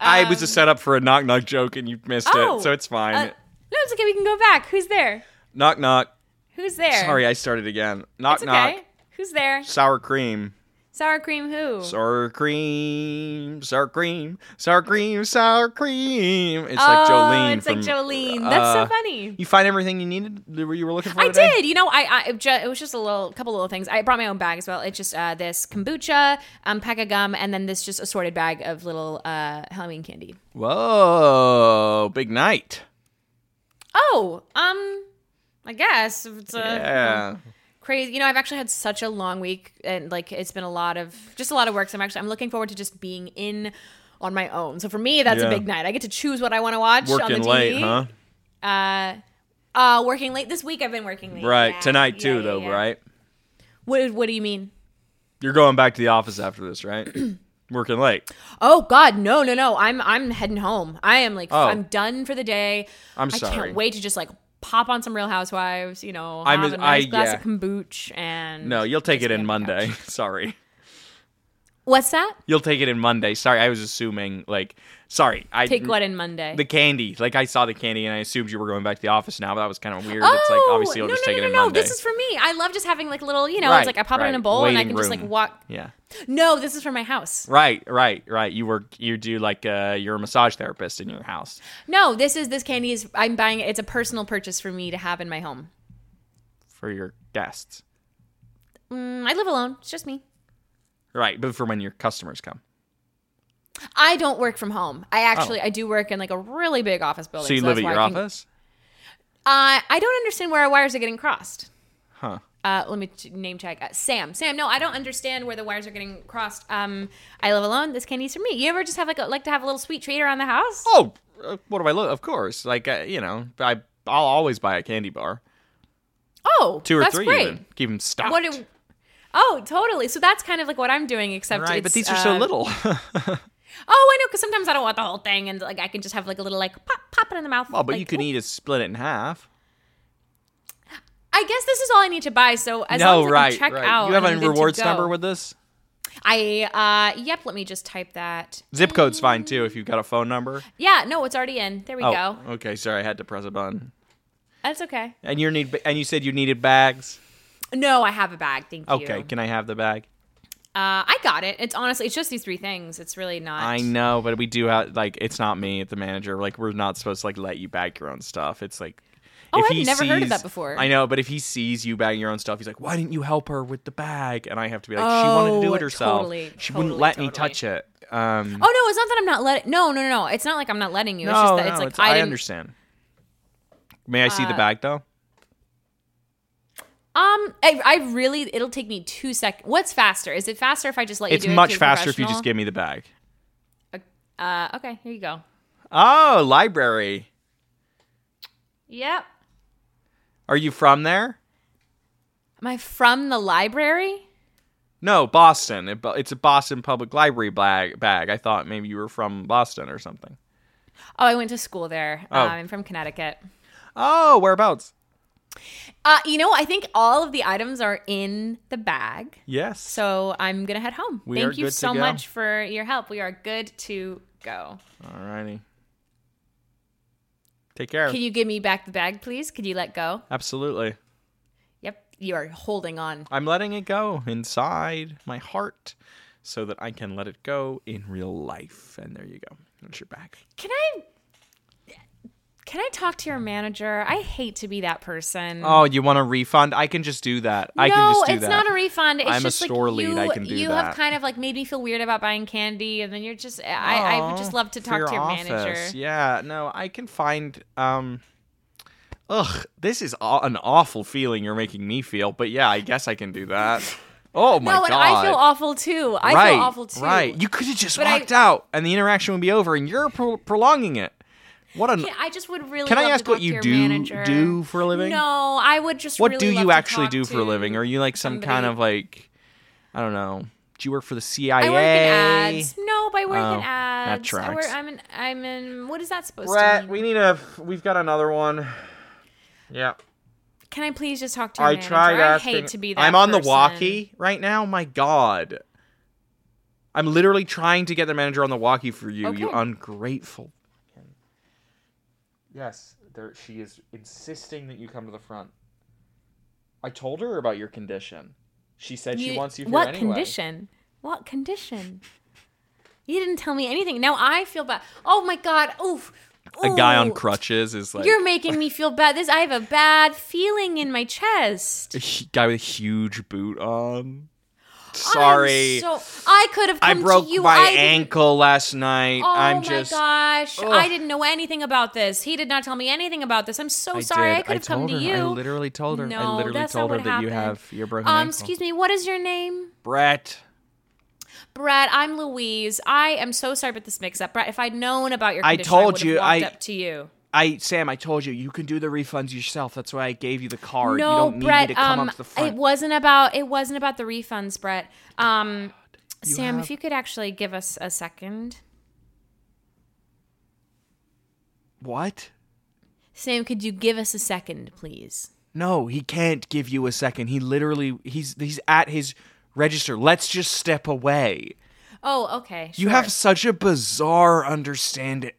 Speaker 4: I was a setup for a knock knock joke, and you missed
Speaker 7: Um, oh,
Speaker 4: it, so it's fine.
Speaker 7: Uh, no, it's okay. We can go back. Who's there?
Speaker 4: knock knock.
Speaker 7: Who's there?
Speaker 4: Sorry, I started again. Knock
Speaker 7: It's
Speaker 4: knock.
Speaker 7: okay. Who's there?
Speaker 4: Sour cream.
Speaker 7: Sour cream. Who?
Speaker 4: Sour cream. Sour cream. Sour cream. Sour cream. It's
Speaker 7: oh,
Speaker 4: like Jolene.
Speaker 7: It's like
Speaker 4: from-
Speaker 7: Jolene. That's
Speaker 4: uh,
Speaker 7: so funny.
Speaker 4: You find everything you needed that you were looking for.
Speaker 7: I
Speaker 4: today?
Speaker 7: did. You know, I, I it ju- it was just a little couple little things. I brought my own bag as well. It's just uh, this kombucha, um, pack of gum, and then this just assorted bag of little uh, Halloween candy.
Speaker 4: Whoa, big night.
Speaker 7: Oh, um, I guess if it's a
Speaker 4: Yeah.
Speaker 7: crazy. You know, I've actually had such a long week, and like it's been a lot of just a lot of work. So I'm actually I'm looking forward to just being in on my own. So for me, that's
Speaker 4: Yeah.
Speaker 7: a big night. I get to choose what I want to watch on
Speaker 4: Working
Speaker 7: the
Speaker 4: late,
Speaker 7: TV.
Speaker 4: huh?
Speaker 7: huh? Uh, working late this week. I've been working late.
Speaker 4: Right.
Speaker 7: Yeah.
Speaker 4: Tonight
Speaker 7: Yeah,
Speaker 4: too,
Speaker 7: yeah,
Speaker 4: though,
Speaker 7: yeah.
Speaker 4: right?
Speaker 7: What What do you mean?
Speaker 4: You're going back to the office after this, right? Working late.
Speaker 7: Oh God, no, no, no! I'm I'm heading home. I am like
Speaker 4: Oh.
Speaker 7: I'm done for the day.
Speaker 4: I'm
Speaker 7: I
Speaker 4: sorry.
Speaker 7: can't wait to just like pop on some Real Housewives. You know,
Speaker 4: I'm
Speaker 7: have
Speaker 4: as-
Speaker 7: a nice
Speaker 4: I-
Speaker 7: glass
Speaker 4: yeah.
Speaker 7: of kombucha and
Speaker 4: No, you'll take it in Monday. Sorry.
Speaker 7: What's that?
Speaker 4: You'll take it in Monday. Sorry, I was assuming like sorry, I
Speaker 7: Take what in Monday?
Speaker 4: Mm-hmm. the candy. Like I saw the candy and I assumed you were going back to the office now, but that was kind of weird.
Speaker 7: oh,
Speaker 4: it's like obviously you'll
Speaker 7: no,
Speaker 4: just
Speaker 7: no,
Speaker 4: take
Speaker 7: no,
Speaker 4: it in
Speaker 7: no, no!
Speaker 4: Monday.
Speaker 7: This is for me. I love just having like little, you know,
Speaker 4: Right,
Speaker 7: it's like I pop it in a
Speaker 4: right.
Speaker 7: bowl and I
Speaker 4: Waiting
Speaker 7: can just like
Speaker 4: room.
Speaker 7: walk.
Speaker 4: yeah.
Speaker 7: No, this is for my house.
Speaker 4: Right, right, right. You work you do like uh you're a massage therapist in your house.
Speaker 7: No, this is this candy is I'm buying it. It's a personal purchase for me to have in my home.
Speaker 4: for your guests.
Speaker 7: Mm, I live alone. It's just me.
Speaker 4: Right, but for when your customers come.
Speaker 7: I don't work from home. I actually I do work in like a really big office building.
Speaker 4: Oh. so you live
Speaker 7: that's
Speaker 4: at
Speaker 7: why
Speaker 4: your
Speaker 7: I can-
Speaker 4: office?
Speaker 7: Uh, I don't understand where our wires are getting crossed.
Speaker 4: Huh.
Speaker 7: Uh, let me ch- name check. Uh, Sam. Sam. No, I don't understand where the wires are getting crossed. Um, I live alone. This candy's for me. You ever just have like a, like to have a little sweet treat around the house?
Speaker 4: Oh, uh, what do I look? Of course. Like, uh, you know, I, I'll always buy a candy bar.
Speaker 7: Oh,
Speaker 4: Two or
Speaker 7: that's
Speaker 4: three
Speaker 7: great.
Speaker 4: even. Keep them stocked.
Speaker 7: What? Do, oh, totally. So that's kind of like what I'm doing, except
Speaker 4: right, but
Speaker 7: it's,
Speaker 4: these are so
Speaker 7: uh,
Speaker 4: little.
Speaker 7: Oh, I know, because sometimes I don't want the whole thing, and like I can just have like a little like pop pop it in the mouth.
Speaker 4: well, but you
Speaker 7: like,
Speaker 4: can
Speaker 7: ooh.
Speaker 4: eat a split it in half.
Speaker 7: I guess this is all I need to buy. So as
Speaker 4: no,
Speaker 7: long as I
Speaker 4: right,
Speaker 7: can check
Speaker 4: right.
Speaker 7: out,
Speaker 4: you have
Speaker 7: I'm
Speaker 4: a
Speaker 7: good to
Speaker 4: rewards
Speaker 7: go.
Speaker 4: number with this?
Speaker 7: I uh yep, let me just type that.
Speaker 4: Zip code's fine too if you've got a phone number.
Speaker 7: Yeah, no, it's already in. There we
Speaker 4: oh,
Speaker 7: go.
Speaker 4: okay. Sorry, I had to press a button.
Speaker 7: That's okay.
Speaker 4: And you need and you said you needed bags.
Speaker 7: No, I have a bag. Thank you.
Speaker 4: Okay, can I have the bag?
Speaker 7: Uh, I got it. It's honestly, it's just these three things. It's really not.
Speaker 4: I know, but we do have like it's not me, the manager. Like we're not supposed to like let you bag your own stuff. It's like
Speaker 7: Oh,
Speaker 4: if
Speaker 7: I've
Speaker 4: he
Speaker 7: never heard of
Speaker 4: sees-
Speaker 7: that before.
Speaker 4: I know, but if he sees you bagging your own stuff, he's like, "Why didn't you help her with the bag?" And I have to be like, "She wanted to do
Speaker 7: Oh,
Speaker 4: it herself.
Speaker 7: totally,
Speaker 4: she wouldn't
Speaker 7: totally,
Speaker 4: let me
Speaker 7: totally.
Speaker 4: touch it." Um,
Speaker 7: Oh no, it's not that I'm not letting. No, no, no, no. It's not like I'm not letting you.
Speaker 4: no,
Speaker 7: It's just that
Speaker 4: no,
Speaker 7: it's like
Speaker 4: it's-
Speaker 7: I
Speaker 4: I,
Speaker 7: didn't. Uh,
Speaker 4: understand. May I see the bag though?
Speaker 7: Um, I, I really. It'll take me two sec. What's faster? Is it faster if I just let you?
Speaker 4: It's
Speaker 7: do it
Speaker 4: much
Speaker 7: to a
Speaker 4: faster if you just
Speaker 7: professional?
Speaker 4: give me the bag.
Speaker 7: Uh, okay. Here you go.
Speaker 4: Oh, library.
Speaker 7: Yep.
Speaker 4: Are you from there?
Speaker 7: Am I from the library?
Speaker 4: No, Boston. It, it's a Boston Public Library bag. Bag. I thought maybe you were from Boston or something.
Speaker 7: Oh, I went to school there.
Speaker 4: Oh.
Speaker 7: Um, I'm from Connecticut.
Speaker 4: Oh, whereabouts?
Speaker 7: Uh, you know, I think all of the items are in the bag.
Speaker 4: Yes.
Speaker 7: So I'm gonna head home.
Speaker 4: We are
Speaker 7: Thank you
Speaker 4: good to
Speaker 7: so
Speaker 4: go.
Speaker 7: much for your help. We are good to go.
Speaker 4: Alrighty. Take care.
Speaker 7: Can you give me back the bag, please? Could you let go?
Speaker 4: Absolutely.
Speaker 7: Yep, you are holding on.
Speaker 4: I'm letting it go inside my heart so that I can let it go in real life. And there you go. That's your back.
Speaker 7: Can I? Can I talk to your manager? I hate to be that person.
Speaker 4: Oh, you want a refund? I can just do that. I can just do
Speaker 7: Mm. it's
Speaker 4: that.
Speaker 7: not a refund. It's
Speaker 4: I'm a
Speaker 7: just
Speaker 4: store
Speaker 7: like
Speaker 4: lead.
Speaker 7: you,
Speaker 4: I can do
Speaker 7: you
Speaker 4: that.
Speaker 7: have kind of like made me feel weird about buying candy, and then you're just. I, I would just love to
Speaker 4: For
Speaker 7: talk to your
Speaker 4: office.
Speaker 7: manager.
Speaker 4: Yeah, no, I can find. Um, ugh, this is aw- an awful feeling you're making me feel. But yeah, I guess I can do that. Oh my
Speaker 7: no,
Speaker 4: god!
Speaker 7: and I feel awful too. I
Speaker 4: right,
Speaker 7: feel awful too.
Speaker 4: Right, you could have just
Speaker 7: But I-
Speaker 4: walked out, and the interaction would be over, and you're pro- prolonging it. What an
Speaker 7: Yeah, I just would really.
Speaker 4: Can I
Speaker 7: love to
Speaker 4: ask what
Speaker 7: talk to
Speaker 4: you
Speaker 7: your
Speaker 4: do-
Speaker 7: manager.
Speaker 4: do for a living?
Speaker 7: No, I would just.
Speaker 4: what
Speaker 7: really
Speaker 4: do
Speaker 7: love
Speaker 4: you
Speaker 7: to
Speaker 4: actually
Speaker 7: talk
Speaker 4: do for a
Speaker 7: to
Speaker 4: living? Are you like some kind
Speaker 7: somebody.
Speaker 4: of like I don't know? Do you work for the CIA?
Speaker 7: I work in ads. No, but I work
Speaker 4: Oh,
Speaker 7: in
Speaker 4: that
Speaker 7: ads. I work,
Speaker 4: tracks.
Speaker 7: I'm in. I'm in. What is that supposed to
Speaker 4: Brett,
Speaker 7: mean?
Speaker 4: we need a. We've got another one. Yeah.
Speaker 7: Can I please just talk to your
Speaker 4: I
Speaker 7: manager?
Speaker 4: tried
Speaker 7: I
Speaker 4: asking.
Speaker 7: hate to be that.
Speaker 4: I'm on the
Speaker 7: person.
Speaker 4: walkie right now. My God. I'm literally trying to get the manager on the walkie for you. You
Speaker 7: Okay.
Speaker 4: ungrateful. Yes, there. She is insisting that you come to the front. I told her about your condition. She said
Speaker 7: You-
Speaker 4: she wants you here
Speaker 7: What
Speaker 4: anyway.
Speaker 7: condition? What condition? You didn't tell me anything. Now I feel bad. Oh my god. Oof.
Speaker 4: A guy on
Speaker 7: Ooh.
Speaker 4: crutches is like
Speaker 7: You're making me feel bad. This I have a bad feeling in my chest.
Speaker 4: a hu- guy with a huge boot on. sorry.
Speaker 7: So I could have.
Speaker 4: I
Speaker 7: come
Speaker 4: broke
Speaker 7: to you.
Speaker 4: my
Speaker 7: I didn't-
Speaker 4: ankle last night.
Speaker 7: Oh
Speaker 4: I'm
Speaker 7: my
Speaker 4: just.
Speaker 7: gosh! I didn't know anything about this. He did not tell me anything about this. I'm so sorry. I
Speaker 14: did.
Speaker 7: could have come
Speaker 14: told
Speaker 7: to
Speaker 14: her.
Speaker 7: you.
Speaker 14: I literally told her.
Speaker 7: No,
Speaker 14: I literally
Speaker 7: that's
Speaker 14: told
Speaker 7: not
Speaker 14: her
Speaker 7: what
Speaker 14: that you
Speaker 7: happened.
Speaker 14: have your broken
Speaker 7: Um,
Speaker 14: ankle.
Speaker 7: excuse me. What is your name?
Speaker 4: Brett.
Speaker 7: Brett, I'm Louise. I am so sorry about this mix-up, Brett. If I'd known about your
Speaker 4: I
Speaker 7: condition,
Speaker 4: told
Speaker 7: would
Speaker 4: you,
Speaker 7: Have walked
Speaker 4: I-
Speaker 7: up to you.
Speaker 4: I Sam, I told you you can do the refunds yourself. That's why I gave you the card. you
Speaker 7: No,
Speaker 4: don't need
Speaker 7: Brett.
Speaker 4: me to come
Speaker 7: um,
Speaker 4: up to the
Speaker 7: it
Speaker 4: front.
Speaker 7: wasn't about it wasn't about the refunds, Brett. Um, Sam, if you could actually give us a second,
Speaker 4: what?
Speaker 7: Sam, could you give us a second, please?
Speaker 4: No, he can't give you a second. He literally he's he's at his register. Let's just step away.
Speaker 7: Oh, okay.
Speaker 4: You have such a bizarre understanding.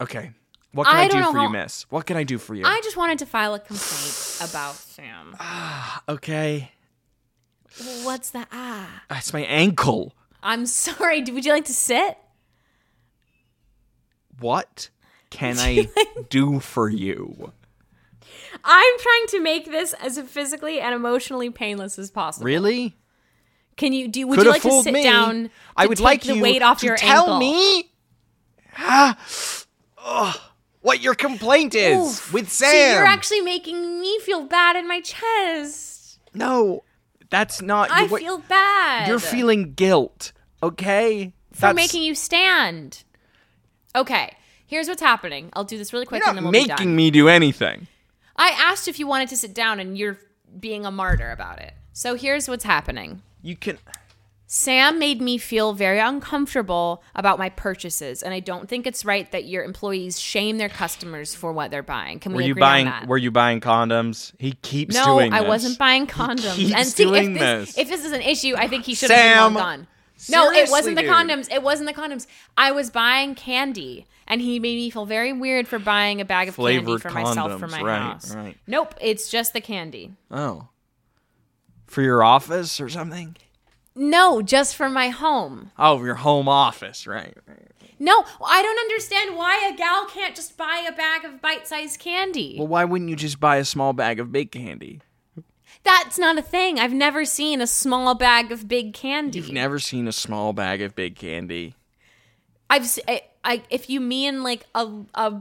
Speaker 4: Okay. What can
Speaker 7: I
Speaker 4: I,
Speaker 7: don't
Speaker 4: do
Speaker 7: know
Speaker 4: for you,
Speaker 7: how-
Speaker 4: miss? What can I do for you?
Speaker 7: I just wanted to file a complaint about Sam.
Speaker 4: okay.
Speaker 7: What's the ah?
Speaker 4: That's my ankle.
Speaker 7: I'm sorry. Would you like to sit?
Speaker 4: What can I do for you?
Speaker 7: I'm trying to make this as physically and emotionally painless as possible.
Speaker 4: Really?
Speaker 7: Can you do? Would
Speaker 4: Could
Speaker 7: you
Speaker 4: have
Speaker 7: like to
Speaker 4: fooled
Speaker 7: sit
Speaker 4: me.
Speaker 7: down? To
Speaker 4: I would
Speaker 7: take
Speaker 4: like
Speaker 7: the
Speaker 4: you
Speaker 7: weight off
Speaker 4: to
Speaker 7: your
Speaker 4: tell
Speaker 7: ankle?
Speaker 4: me ah, ugh, what your complaint is
Speaker 7: Oof.
Speaker 4: with
Speaker 7: See,
Speaker 4: Sam.
Speaker 7: you're actually making me feel bad in my chest.
Speaker 4: no, that's not.
Speaker 7: I
Speaker 4: what-
Speaker 7: feel bad.
Speaker 4: You're feeling guilt, okay?
Speaker 7: for making you stand. Okay, here's what's happening. I'll do this really quick,
Speaker 4: You're
Speaker 7: and
Speaker 4: not
Speaker 7: then we'll be done.
Speaker 4: making me do anything.
Speaker 7: I asked if you wanted to sit down, and you're being a martyr about it. So here's what's happening.
Speaker 4: You can.
Speaker 7: Sam made me feel very uncomfortable about my purchases, and I don't think it's right that your employees shame their customers for what they're buying. Can
Speaker 14: were
Speaker 7: we
Speaker 14: you
Speaker 7: agree
Speaker 14: buying?
Speaker 7: on that?
Speaker 14: Were you buying condoms? He keeps
Speaker 7: no,
Speaker 14: doing.
Speaker 7: I
Speaker 14: this.
Speaker 7: wasn't buying condoms.
Speaker 14: keeps
Speaker 7: and see,
Speaker 14: doing
Speaker 7: if this,
Speaker 14: this.
Speaker 7: if this is an issue, I think he should have
Speaker 4: Sam,
Speaker 7: been long gone. No, it wasn't the
Speaker 4: seriously,
Speaker 7: condoms. It wasn't the condoms. I was buying candy, and he made me feel very weird for buying a bag of
Speaker 14: Flavored
Speaker 7: candy for myself for
Speaker 14: condoms,
Speaker 7: my
Speaker 14: right,
Speaker 7: house.
Speaker 14: right.
Speaker 7: Nope, it's just the candy.
Speaker 4: Oh, for your office or something?
Speaker 7: No, just for my home.
Speaker 4: Oh, your home office, right?
Speaker 7: No, I don't understand why a gal can't just buy a bag of bite-sized candy.
Speaker 4: Well, why wouldn't you just buy a small bag of big candy?
Speaker 7: That's not a thing. I've never seen a small bag of big candy.
Speaker 4: You've never seen a small bag of big candy.
Speaker 7: I've se- I, I if you mean like a a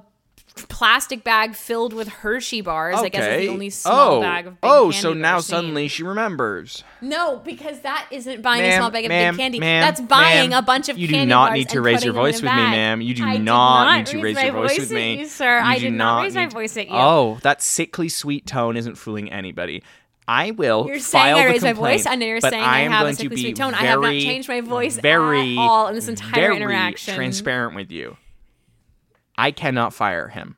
Speaker 7: plastic bag filled with Hershey bars, I guess it's the only small
Speaker 4: oh.
Speaker 7: bag of big
Speaker 4: oh,
Speaker 7: candy
Speaker 4: so
Speaker 7: I've ever
Speaker 4: now
Speaker 7: seen.
Speaker 4: suddenly she remembers.
Speaker 7: no, because that isn't buying a
Speaker 4: Ma'am,
Speaker 7: small bag of
Speaker 4: ma'am,
Speaker 7: big candy.
Speaker 4: ma'am,
Speaker 7: That's buying
Speaker 4: ma'am,
Speaker 7: a bunch of
Speaker 4: you do
Speaker 7: candy
Speaker 14: not
Speaker 7: bars
Speaker 14: need to
Speaker 7: and
Speaker 14: raise
Speaker 7: putting
Speaker 14: your
Speaker 7: them in
Speaker 14: voice
Speaker 7: a
Speaker 14: with me,
Speaker 7: bag.
Speaker 14: ma'am. You do
Speaker 7: I did
Speaker 14: not need to raise
Speaker 7: my
Speaker 14: your voice with
Speaker 7: at
Speaker 14: me.
Speaker 7: you, sir.
Speaker 14: You
Speaker 7: I
Speaker 14: do
Speaker 7: did
Speaker 14: not
Speaker 7: not raise my
Speaker 14: need to-
Speaker 7: voice at you.
Speaker 4: Oh, that sickly sweet tone isn't fooling anybody. I will.
Speaker 7: You're saying
Speaker 4: file
Speaker 7: I
Speaker 4: the
Speaker 7: raised my
Speaker 4: complaint,
Speaker 7: voice. I know you're
Speaker 4: but
Speaker 7: saying
Speaker 4: I
Speaker 7: I
Speaker 4: am
Speaker 7: have a
Speaker 4: going to
Speaker 7: sickly
Speaker 4: be
Speaker 7: sweet tone. I
Speaker 4: Very,
Speaker 7: have not changed my voice at
Speaker 4: very,
Speaker 7: all in this entire
Speaker 4: very
Speaker 7: interaction.
Speaker 4: Transparent with you. I cannot fire him.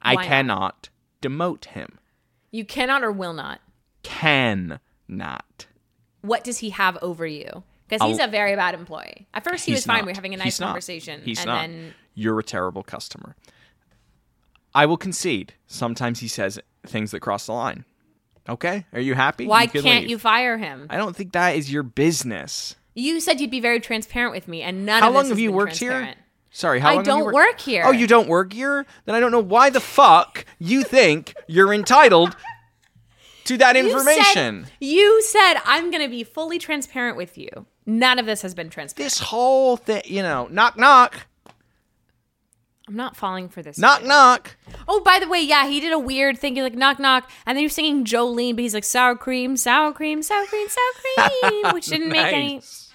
Speaker 4: I
Speaker 7: Why not?
Speaker 4: cannot demote him.
Speaker 7: You cannot or will not.
Speaker 4: Can not.
Speaker 7: what does he have over you? Because
Speaker 4: I'll-
Speaker 14: Oh.
Speaker 7: he's a very bad employee. At first, he was fine. We were having a nice
Speaker 4: He's not.
Speaker 7: conversation.
Speaker 4: He's
Speaker 7: and
Speaker 4: not.
Speaker 7: then
Speaker 4: You're a terrible customer. I will concede. Sometimes he says things that cross the line. Okay? Are you happy?
Speaker 7: why
Speaker 4: can
Speaker 7: can't
Speaker 4: leave.
Speaker 7: you fire him?
Speaker 4: I don't think that is your business.
Speaker 7: You said you'd be very transparent with me, and none
Speaker 4: how
Speaker 7: of
Speaker 4: long
Speaker 7: this
Speaker 4: have
Speaker 7: has
Speaker 4: you
Speaker 7: been
Speaker 4: worked here?
Speaker 7: transparent.
Speaker 4: Sorry, how
Speaker 7: I
Speaker 4: long have you
Speaker 7: don't
Speaker 4: worked-
Speaker 7: work here.
Speaker 4: Oh, you don't work here? Then I don't know why the fuck you think you're entitled to that
Speaker 7: You said-
Speaker 4: information.
Speaker 7: You said, I'm going to be fully transparent with you. None of this has been transparent.
Speaker 4: this whole thing, you know, knock knock,
Speaker 7: I'm not falling for this.
Speaker 4: knock
Speaker 7: shit.
Speaker 4: knock.
Speaker 7: Oh, by the way, yeah, he did a weird thing. He's like, knock, knock. And then you're singing Jolene, but he's like, sour cream, sour cream, sour cream, sour cream, which didn't make any.
Speaker 4: Nice.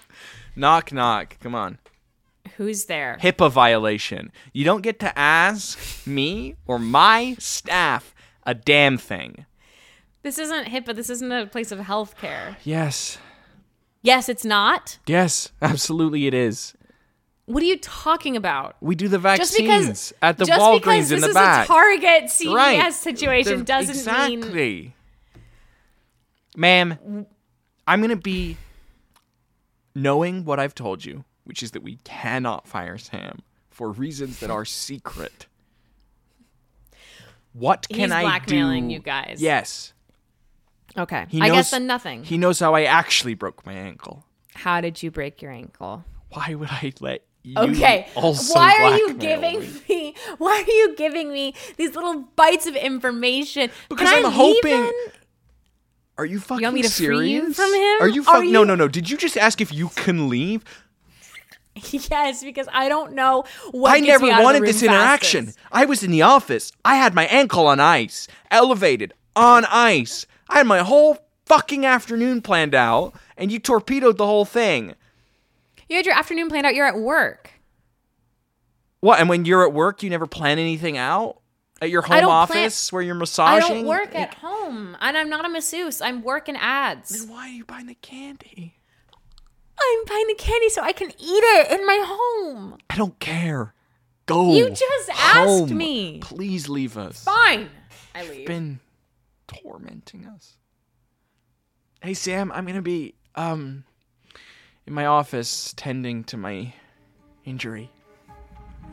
Speaker 4: Knock knock. Come on.
Speaker 7: Who's there?
Speaker 4: HIPAA violation. You don't get to ask me or my staff a damn thing.
Speaker 7: This isn't HIPAA. This isn't a place of healthcare.
Speaker 4: Yes.
Speaker 7: Yes, it's not.
Speaker 4: Yes, absolutely it is.
Speaker 7: What are you talking about?
Speaker 4: We do the
Speaker 7: Just
Speaker 4: vaccines
Speaker 7: because
Speaker 4: at the
Speaker 7: just
Speaker 4: Walgreens
Speaker 7: because
Speaker 4: in
Speaker 7: this
Speaker 4: the
Speaker 7: is
Speaker 4: back.
Speaker 7: a Target CVS
Speaker 4: right.
Speaker 7: situation
Speaker 4: The-
Speaker 7: doesn't mean
Speaker 4: exactly. Ma'am, I'm going to be knowing what I've told you, which is that we cannot fire Sam for reasons that are secret. What can
Speaker 7: He's
Speaker 4: I
Speaker 7: blackmailing
Speaker 4: do?
Speaker 7: you guys.
Speaker 4: Yes.
Speaker 7: okay.
Speaker 4: He
Speaker 7: I
Speaker 4: knows-
Speaker 7: guess then nothing.
Speaker 4: He knows how I actually broke my ankle.
Speaker 7: How did you break your ankle?
Speaker 4: Why would I let you?
Speaker 7: Okay.
Speaker 4: Also
Speaker 7: why are you
Speaker 4: blackmail
Speaker 7: giving
Speaker 4: me?
Speaker 7: me? Why are you giving me these little bites of information?
Speaker 4: Because I'm
Speaker 7: Can I leave
Speaker 4: hoping.
Speaker 7: then?
Speaker 4: Are you fucking
Speaker 7: You want me to
Speaker 4: serious?
Speaker 7: free you from him?
Speaker 4: Are you
Speaker 7: Are
Speaker 4: fuck? No,
Speaker 7: you-
Speaker 4: no, no. Did you just ask if you can leave?
Speaker 7: yes, because I don't know what
Speaker 4: I
Speaker 7: gets
Speaker 4: never
Speaker 7: me out of the
Speaker 4: wanted
Speaker 7: room
Speaker 4: this interaction.
Speaker 7: fastest.
Speaker 4: I was in the office. I had my ankle on ice, elevated on ice. I had my whole fucking afternoon planned out, and you torpedoed the whole thing.
Speaker 7: You had your afternoon planned out. You're at work.
Speaker 4: What? And when you're at work, you never plan anything out at your home
Speaker 7: don't plan-
Speaker 4: office where you're
Speaker 7: I
Speaker 4: massaging.
Speaker 7: don't work at home, and I'm not a masseuse. I'm working ads.
Speaker 4: Why are you buying the candy?
Speaker 7: I'm buying the candy so I can eat it in my home.
Speaker 4: I don't care. Go.
Speaker 7: You just asked
Speaker 4: home.
Speaker 7: me.
Speaker 4: Please leave us.
Speaker 7: Fine. I leave.
Speaker 4: been tormenting us. Hey Sam, I'm gonna be um in my office tending to my injury.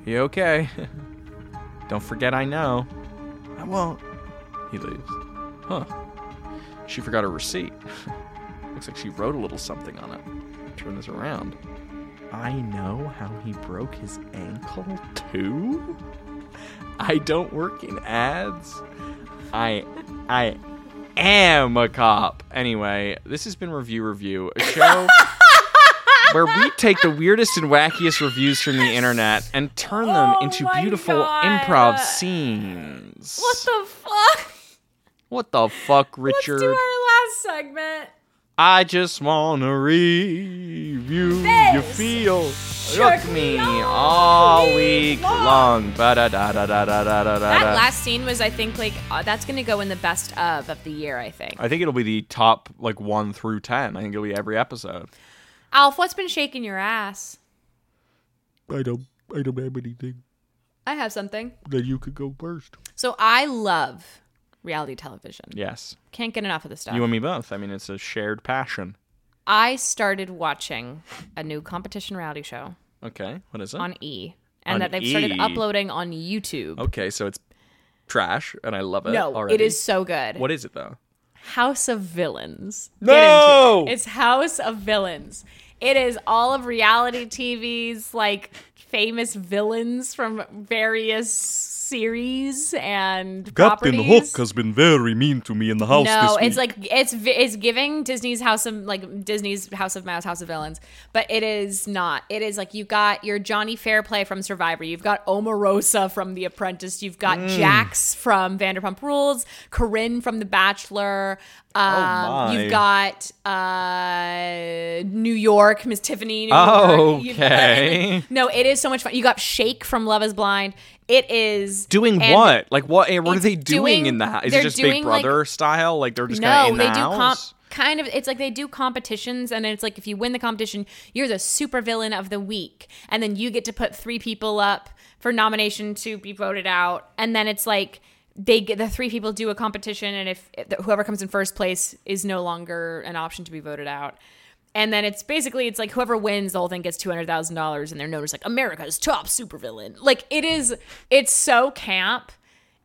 Speaker 4: You okay? Don't forget I know. I won't. He leaves. Huh. She forgot her receipt. Looks like she wrote a little something on it. Turn this around. I know how he broke his ankle too? I don't work in ads. I I am a cop. Anyway, this has been Review Review, a show where we take the weirdest and wackiest reviews from the internet and turn them into
Speaker 7: my
Speaker 4: beautiful
Speaker 7: God.
Speaker 4: improv scenes.
Speaker 7: What the fuck?
Speaker 4: What the fuck,
Speaker 7: Let's
Speaker 4: Richard?
Speaker 7: do our last segment.
Speaker 4: I just wanna review you feel. Look me all week long.
Speaker 15: uh,
Speaker 7: That
Speaker 4: Ba-da-da-da-da-da-da-da.
Speaker 7: last scene was, I think, like uh, that's gonna go in the best of of the year. I think.
Speaker 15: I think it'll be the top like one through ten. I think it'll be every episode.
Speaker 7: Alf, what's been shaking your ass?
Speaker 15: I don't. I don't have anything
Speaker 7: I have something.
Speaker 15: that you could go first.
Speaker 7: So I love reality television.
Speaker 15: Yes,
Speaker 7: Can't get enough of this stuff.
Speaker 15: you and me both. I mean, it's a shared passion.
Speaker 7: I started watching a new competition reality show
Speaker 15: Okay, what is it?
Speaker 7: on E, and
Speaker 15: On
Speaker 7: that they've started
Speaker 15: E?
Speaker 7: uploading on YouTube.
Speaker 15: okay, so it's trash, and I love it.
Speaker 7: no,
Speaker 15: already.
Speaker 7: it is so good.
Speaker 15: What is it though?
Speaker 7: House of Villains.
Speaker 15: No!
Speaker 7: Get into it. It's House of Villains. It is all of reality TV's like famous villains from various series and properties.
Speaker 15: been very mean to me in the house.
Speaker 7: no, it's like it's vi- it's giving Disney's House of like Disney's House of Mouse, House of Villains, but it is not. It is like you got your Johnny Fairplay from Survivor, you've got Omarosa from The Apprentice, you've got
Speaker 15: Mm.
Speaker 7: Jax from Vanderpump Rules, Corinne from The Bachelor, um,
Speaker 15: Oh, my.
Speaker 7: you've got uh, New York Miss Tiffany. New York. You've
Speaker 15: Oh,
Speaker 7: got-
Speaker 15: Okay.
Speaker 7: no, it is so much fun. You got Shake from Love Is Blind. It is
Speaker 15: Doing
Speaker 7: and-
Speaker 15: what? Like what? eh, What are
Speaker 7: it's
Speaker 15: they doing,
Speaker 7: doing-
Speaker 15: in the house? Is
Speaker 7: they're
Speaker 15: it just
Speaker 7: doing,
Speaker 15: Big
Speaker 7: like-
Speaker 15: Brother style? Like they're just
Speaker 7: no,
Speaker 15: kind of in
Speaker 7: they
Speaker 15: the
Speaker 7: do comp.
Speaker 15: house?
Speaker 7: Kind of, it's like they do competitions, and it's like if you win the competition, you're the supervillain of the week, and then you get to put three people up for nomination to be voted out, and then it's like they get the three people do a competition, and if if whoever comes in first place is no longer an option to be voted out, and then it's basically it's like whoever wins the whole thing gets two hundred thousand dollars, and they're known as like America's top supervillain. Like it is, it's so camp.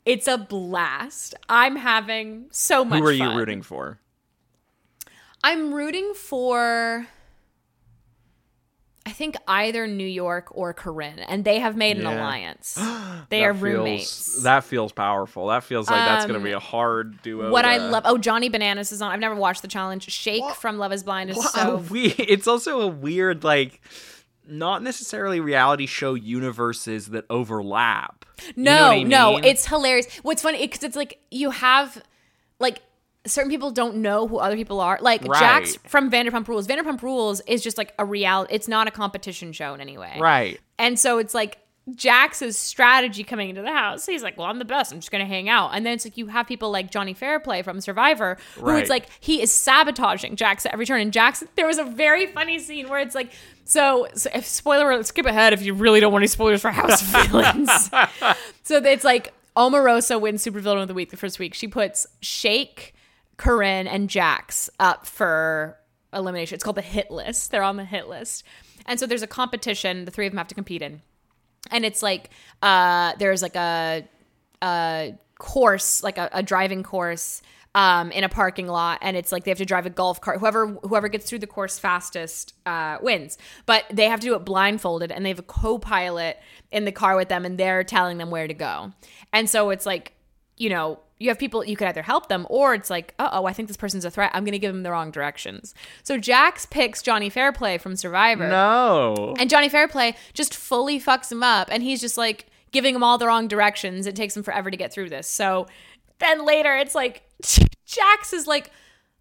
Speaker 7: It's a blast. I'm having so much.
Speaker 15: Who are you
Speaker 7: fun.
Speaker 15: rooting for?
Speaker 7: I'm rooting for I think either New York or Corinne, and they have made an
Speaker 15: Yeah.
Speaker 7: alliance. They
Speaker 15: That
Speaker 7: are
Speaker 15: feels-
Speaker 7: roommates. Um,
Speaker 15: That feels powerful. That feels like that's going to be a hard duo.
Speaker 7: what I
Speaker 15: to-
Speaker 7: love oh Johnny Bananas is on. I've never watched the challenge. Shake from Love Is Blind is
Speaker 15: What a
Speaker 7: so
Speaker 15: we- it's also a weird, like, not necessarily reality show universes that overlap. You know
Speaker 7: no
Speaker 15: what I
Speaker 7: no
Speaker 15: mean?
Speaker 7: it's hilarious what's funny because it's like you have like certain people don't know who other people are like
Speaker 15: Right.
Speaker 7: jack's from vanderpump rules vanderpump rules is just like a reality it's not a competition show in any way
Speaker 15: right.
Speaker 7: and so it's like jax's strategy coming into the house he's like well i'm the best i'm just gonna hang out and then it's like you have people like johnny fairplay from survivor who
Speaker 15: Right.
Speaker 7: it's like he is sabotaging jax at every turn and jax there was a very funny scene where it's like so, so if spoiler alert, skip ahead if you really don't want any spoilers for house of villains so it's like Omarosa wins Supervillain of the Week the first week. She puts Shake, Corinne, and Jax up for elimination. It's called the hit list. They're on the hit list. And so there's a competition the three of them have to compete in. And it's like uh there's like a a course, like a, a driving course um, in a parking lot, and it's like they have to drive a golf cart. Whoever whoever gets through the course fastest uh, wins. But they have to do it blindfolded, and they have a co-pilot in the car with them, and they're telling them where to go. And so it's like you know, you have people you could either help them or it's like, uh oh, I think this person's a threat. I'm going to give them the wrong directions. So Jax picks Johnny Fairplay from Survivor.
Speaker 4: No.
Speaker 7: And Johnny Fairplay just fully fucks him up, and he's just like giving him all the wrong directions. It takes him forever to get through this. So then later, it's like Jax is like,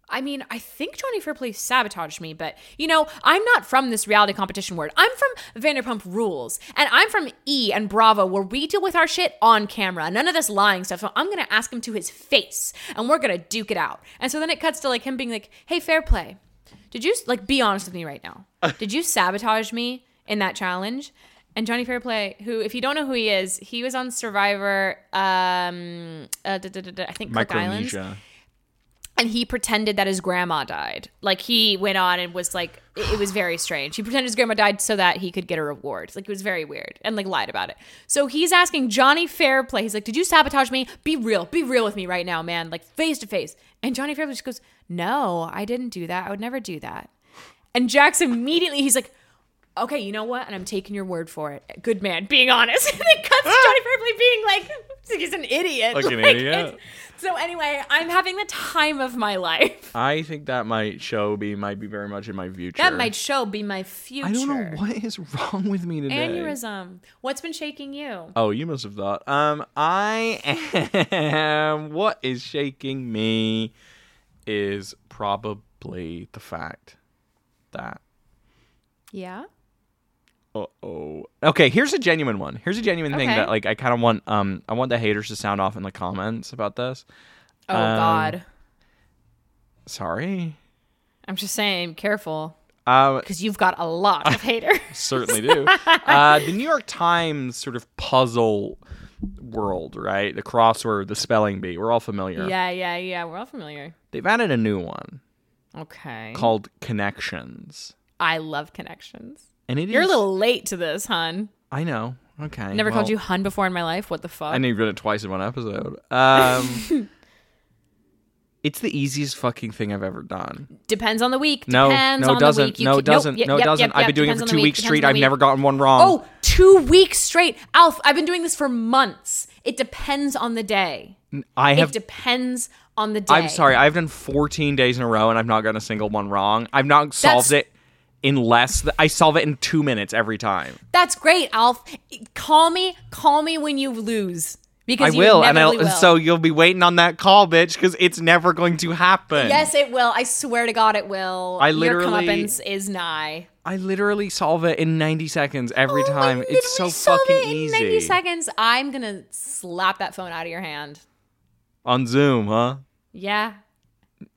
Speaker 7: I mean, I think Johnny Fairplay sabotaged me, but you know, I'm not from this reality competition world. I'm from Vanderpump Rules, and I'm from E and Bravo, where we deal with our shit on camera. None of this lying stuff. So I'm gonna ask him to his face, and we're gonna duke it out. And so then it cuts to like him being like, "Hey, Fairplay, did you like be honest with me right now? Did you sabotage me in that challenge? And Johnny Fairplay, who if you don't know who he is, he was on Survivor, um, uh, da, da, da, da, I think Cook Islands,
Speaker 4: Micronesia.
Speaker 7: and he pretended that his grandma died. Like he went on and was like, it, it was very strange. He pretended his grandma died so that he could get a reward. Like it was very weird and like lied about it. So he's asking Johnny Fairplay, he's like, "Did you sabotage me? Be real, be real with me right now, man, like face to face." And Johnny Fairplay just goes, "No, I didn't do that. I would never do that." And Jax immediately he's like, "Okay, you know what? And I'm taking your word for it. Good man, being honest." and it cuts to Johnny Fairplay being like, "He's an idiot."
Speaker 4: Like an idiot.
Speaker 7: it's- So anyway, I'm having the time of my life.
Speaker 4: I think that might show be might be very much in my future.
Speaker 7: That might show be my future.
Speaker 4: I don't know what is wrong with me today.
Speaker 7: Aneurysm. What's been shaking you?
Speaker 4: Oh, you must have thought. Um, I am. What is shaking me is probably the fact that.
Speaker 7: Yeah.
Speaker 4: Uh oh. Okay, here's a genuine one. Here's a genuine thing
Speaker 7: Okay.
Speaker 4: that like I kind of want. Um, I want the haters to sound off in the comments about this.
Speaker 7: Oh
Speaker 4: Um,
Speaker 7: God.
Speaker 4: Sorry.
Speaker 7: I'm just saying, careful,
Speaker 4: Um,
Speaker 7: because you've got a lot of haters.
Speaker 4: certainly do. uh, the New York Times sort of puzzle world, right? The crossword, the spelling bee. We're all familiar.
Speaker 7: yeah, yeah, yeah. We're all familiar.
Speaker 4: They've added a new one
Speaker 7: Okay.
Speaker 4: called connections.
Speaker 7: I love connections.
Speaker 4: And it
Speaker 7: You're a
Speaker 4: is-
Speaker 7: little late to this, hun.
Speaker 4: I know. Okay.
Speaker 7: Never called
Speaker 4: well,
Speaker 7: you hun before in my life. What the fuck?
Speaker 4: I know you've done it twice in one episode. Um, it's the easiest fucking thing I've ever done.
Speaker 7: Depends on the week.
Speaker 4: No,
Speaker 7: Depends
Speaker 4: no,
Speaker 7: on
Speaker 4: it
Speaker 7: the
Speaker 4: doesn't.
Speaker 7: week. You
Speaker 4: No,
Speaker 7: can-
Speaker 4: it doesn't.
Speaker 7: yep,
Speaker 4: no, it
Speaker 7: yep,
Speaker 4: doesn't.
Speaker 7: yep,
Speaker 4: I've
Speaker 7: yep.
Speaker 4: been doing it
Speaker 7: Depends
Speaker 4: for
Speaker 7: on
Speaker 4: two
Speaker 7: the week,
Speaker 4: weeks
Speaker 7: depends
Speaker 4: straight.
Speaker 7: on
Speaker 4: I've
Speaker 7: the
Speaker 4: never
Speaker 7: week.
Speaker 4: gotten one wrong.
Speaker 7: Oh, two weeks straight. Alf, I've been doing this for months. It depends on the day.
Speaker 4: I have
Speaker 7: it depends on the day.
Speaker 4: I'm sorry. I've done 14 days in a row and I've not gotten a single one wrong. I've not solved
Speaker 7: That's-
Speaker 4: it in less. Th- I solve it in two minutes every time.
Speaker 7: That's great, Alf. Call me. Call me when you lose.
Speaker 4: I
Speaker 7: Because you
Speaker 4: will, and I'll,
Speaker 7: inevitably will.
Speaker 4: so you'll be waiting on that call, bitch, because it's never going to happen.
Speaker 7: Yes, it will. I swear to God, it will.
Speaker 4: I
Speaker 7: Your
Speaker 4: literally-
Speaker 7: comeuppance is nigh.
Speaker 4: I literally solve it in 90 seconds every
Speaker 7: Oh, I
Speaker 4: time. It's so
Speaker 7: literally solved
Speaker 4: fucking
Speaker 7: it in
Speaker 4: easy.
Speaker 7: 90 seconds. I'm gonna slap that phone out of your hand.
Speaker 4: On Zoom, huh?
Speaker 7: Yeah.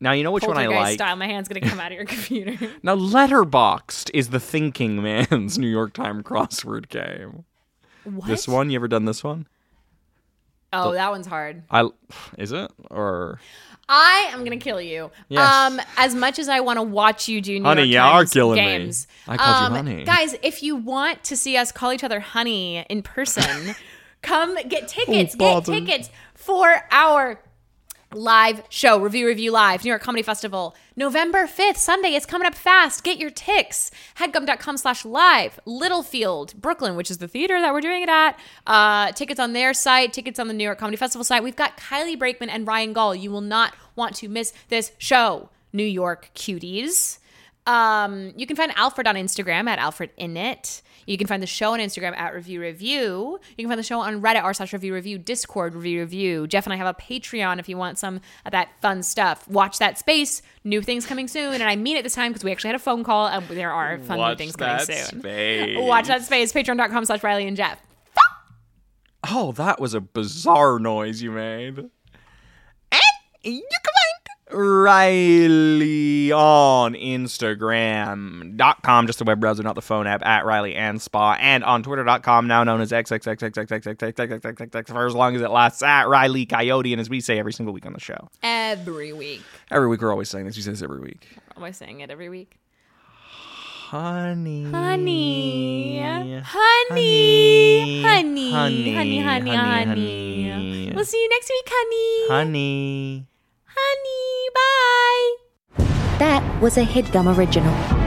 Speaker 4: Now you know which one I
Speaker 7: Poltergeist
Speaker 4: like.
Speaker 7: Style. My hand's gonna come out of your computer.
Speaker 4: Now Letterboxed is the thinking man's New York Times crossword game.
Speaker 7: what?
Speaker 4: This one, you ever done this one?
Speaker 7: Oh, that one's hard.
Speaker 4: I is it or
Speaker 7: I am gonna kill you.
Speaker 4: Yes.
Speaker 7: Um, as much as I want to watch you do New
Speaker 4: Honey,
Speaker 7: York
Speaker 4: you are
Speaker 7: Times
Speaker 4: killing me.
Speaker 7: games,
Speaker 4: I called you
Speaker 7: um,
Speaker 4: honey.
Speaker 7: Guys, if you want to see us call each other honey in person, come get tickets. get
Speaker 4: bother.
Speaker 7: tickets for our live show, Review Review Live, New York Comedy Festival, November 5th, Sunday. It's coming up fast. Get your ticks. Headgum.com slash live. Littlefield, Brooklyn, which is the theater that we're doing it at. Uh, tickets on their site, tickets on the New York Comedy Festival site. We've got Kylie Brakeman and Ryan Gall. You will not want to miss this show, New York cuties. Um, you can find Alfred on Instagram at Alfred Init. You can find the show on Instagram at Review Review. You can find the show on Reddit r slash Review Review, Discord Review Review. Jeff and I have a Patreon if you want some of that fun stuff. Watch that space. New things coming soon, and I mean it this time because we actually had a phone call and there are fun new things coming soon.
Speaker 4: space.
Speaker 7: Watch that space. Patreon.com slash Riley and Jeff.
Speaker 4: Oh, that was a bizarre noise you made. And you can find Riley on Instagram.com, just the web browser, not the phone app, at Riley and Spa, and on Twitter.com, now known as XXXXXXXXXXXXX, for as long as it lasts, at Riley Coyote, and as we say every single week on the show.
Speaker 7: Every week.
Speaker 4: Every week, we're always saying this. He says every week.
Speaker 7: Am I saying it every week?
Speaker 4: Honey.
Speaker 7: Honey. Honey.
Speaker 4: Honey.
Speaker 7: Honey. Honey. Honey.
Speaker 4: Honey,
Speaker 7: Honey. Honey.
Speaker 4: honey, honey.
Speaker 7: We'll see you next week, honey.
Speaker 4: Honey.
Speaker 7: honey. Bye.
Speaker 1: That was a headgum original.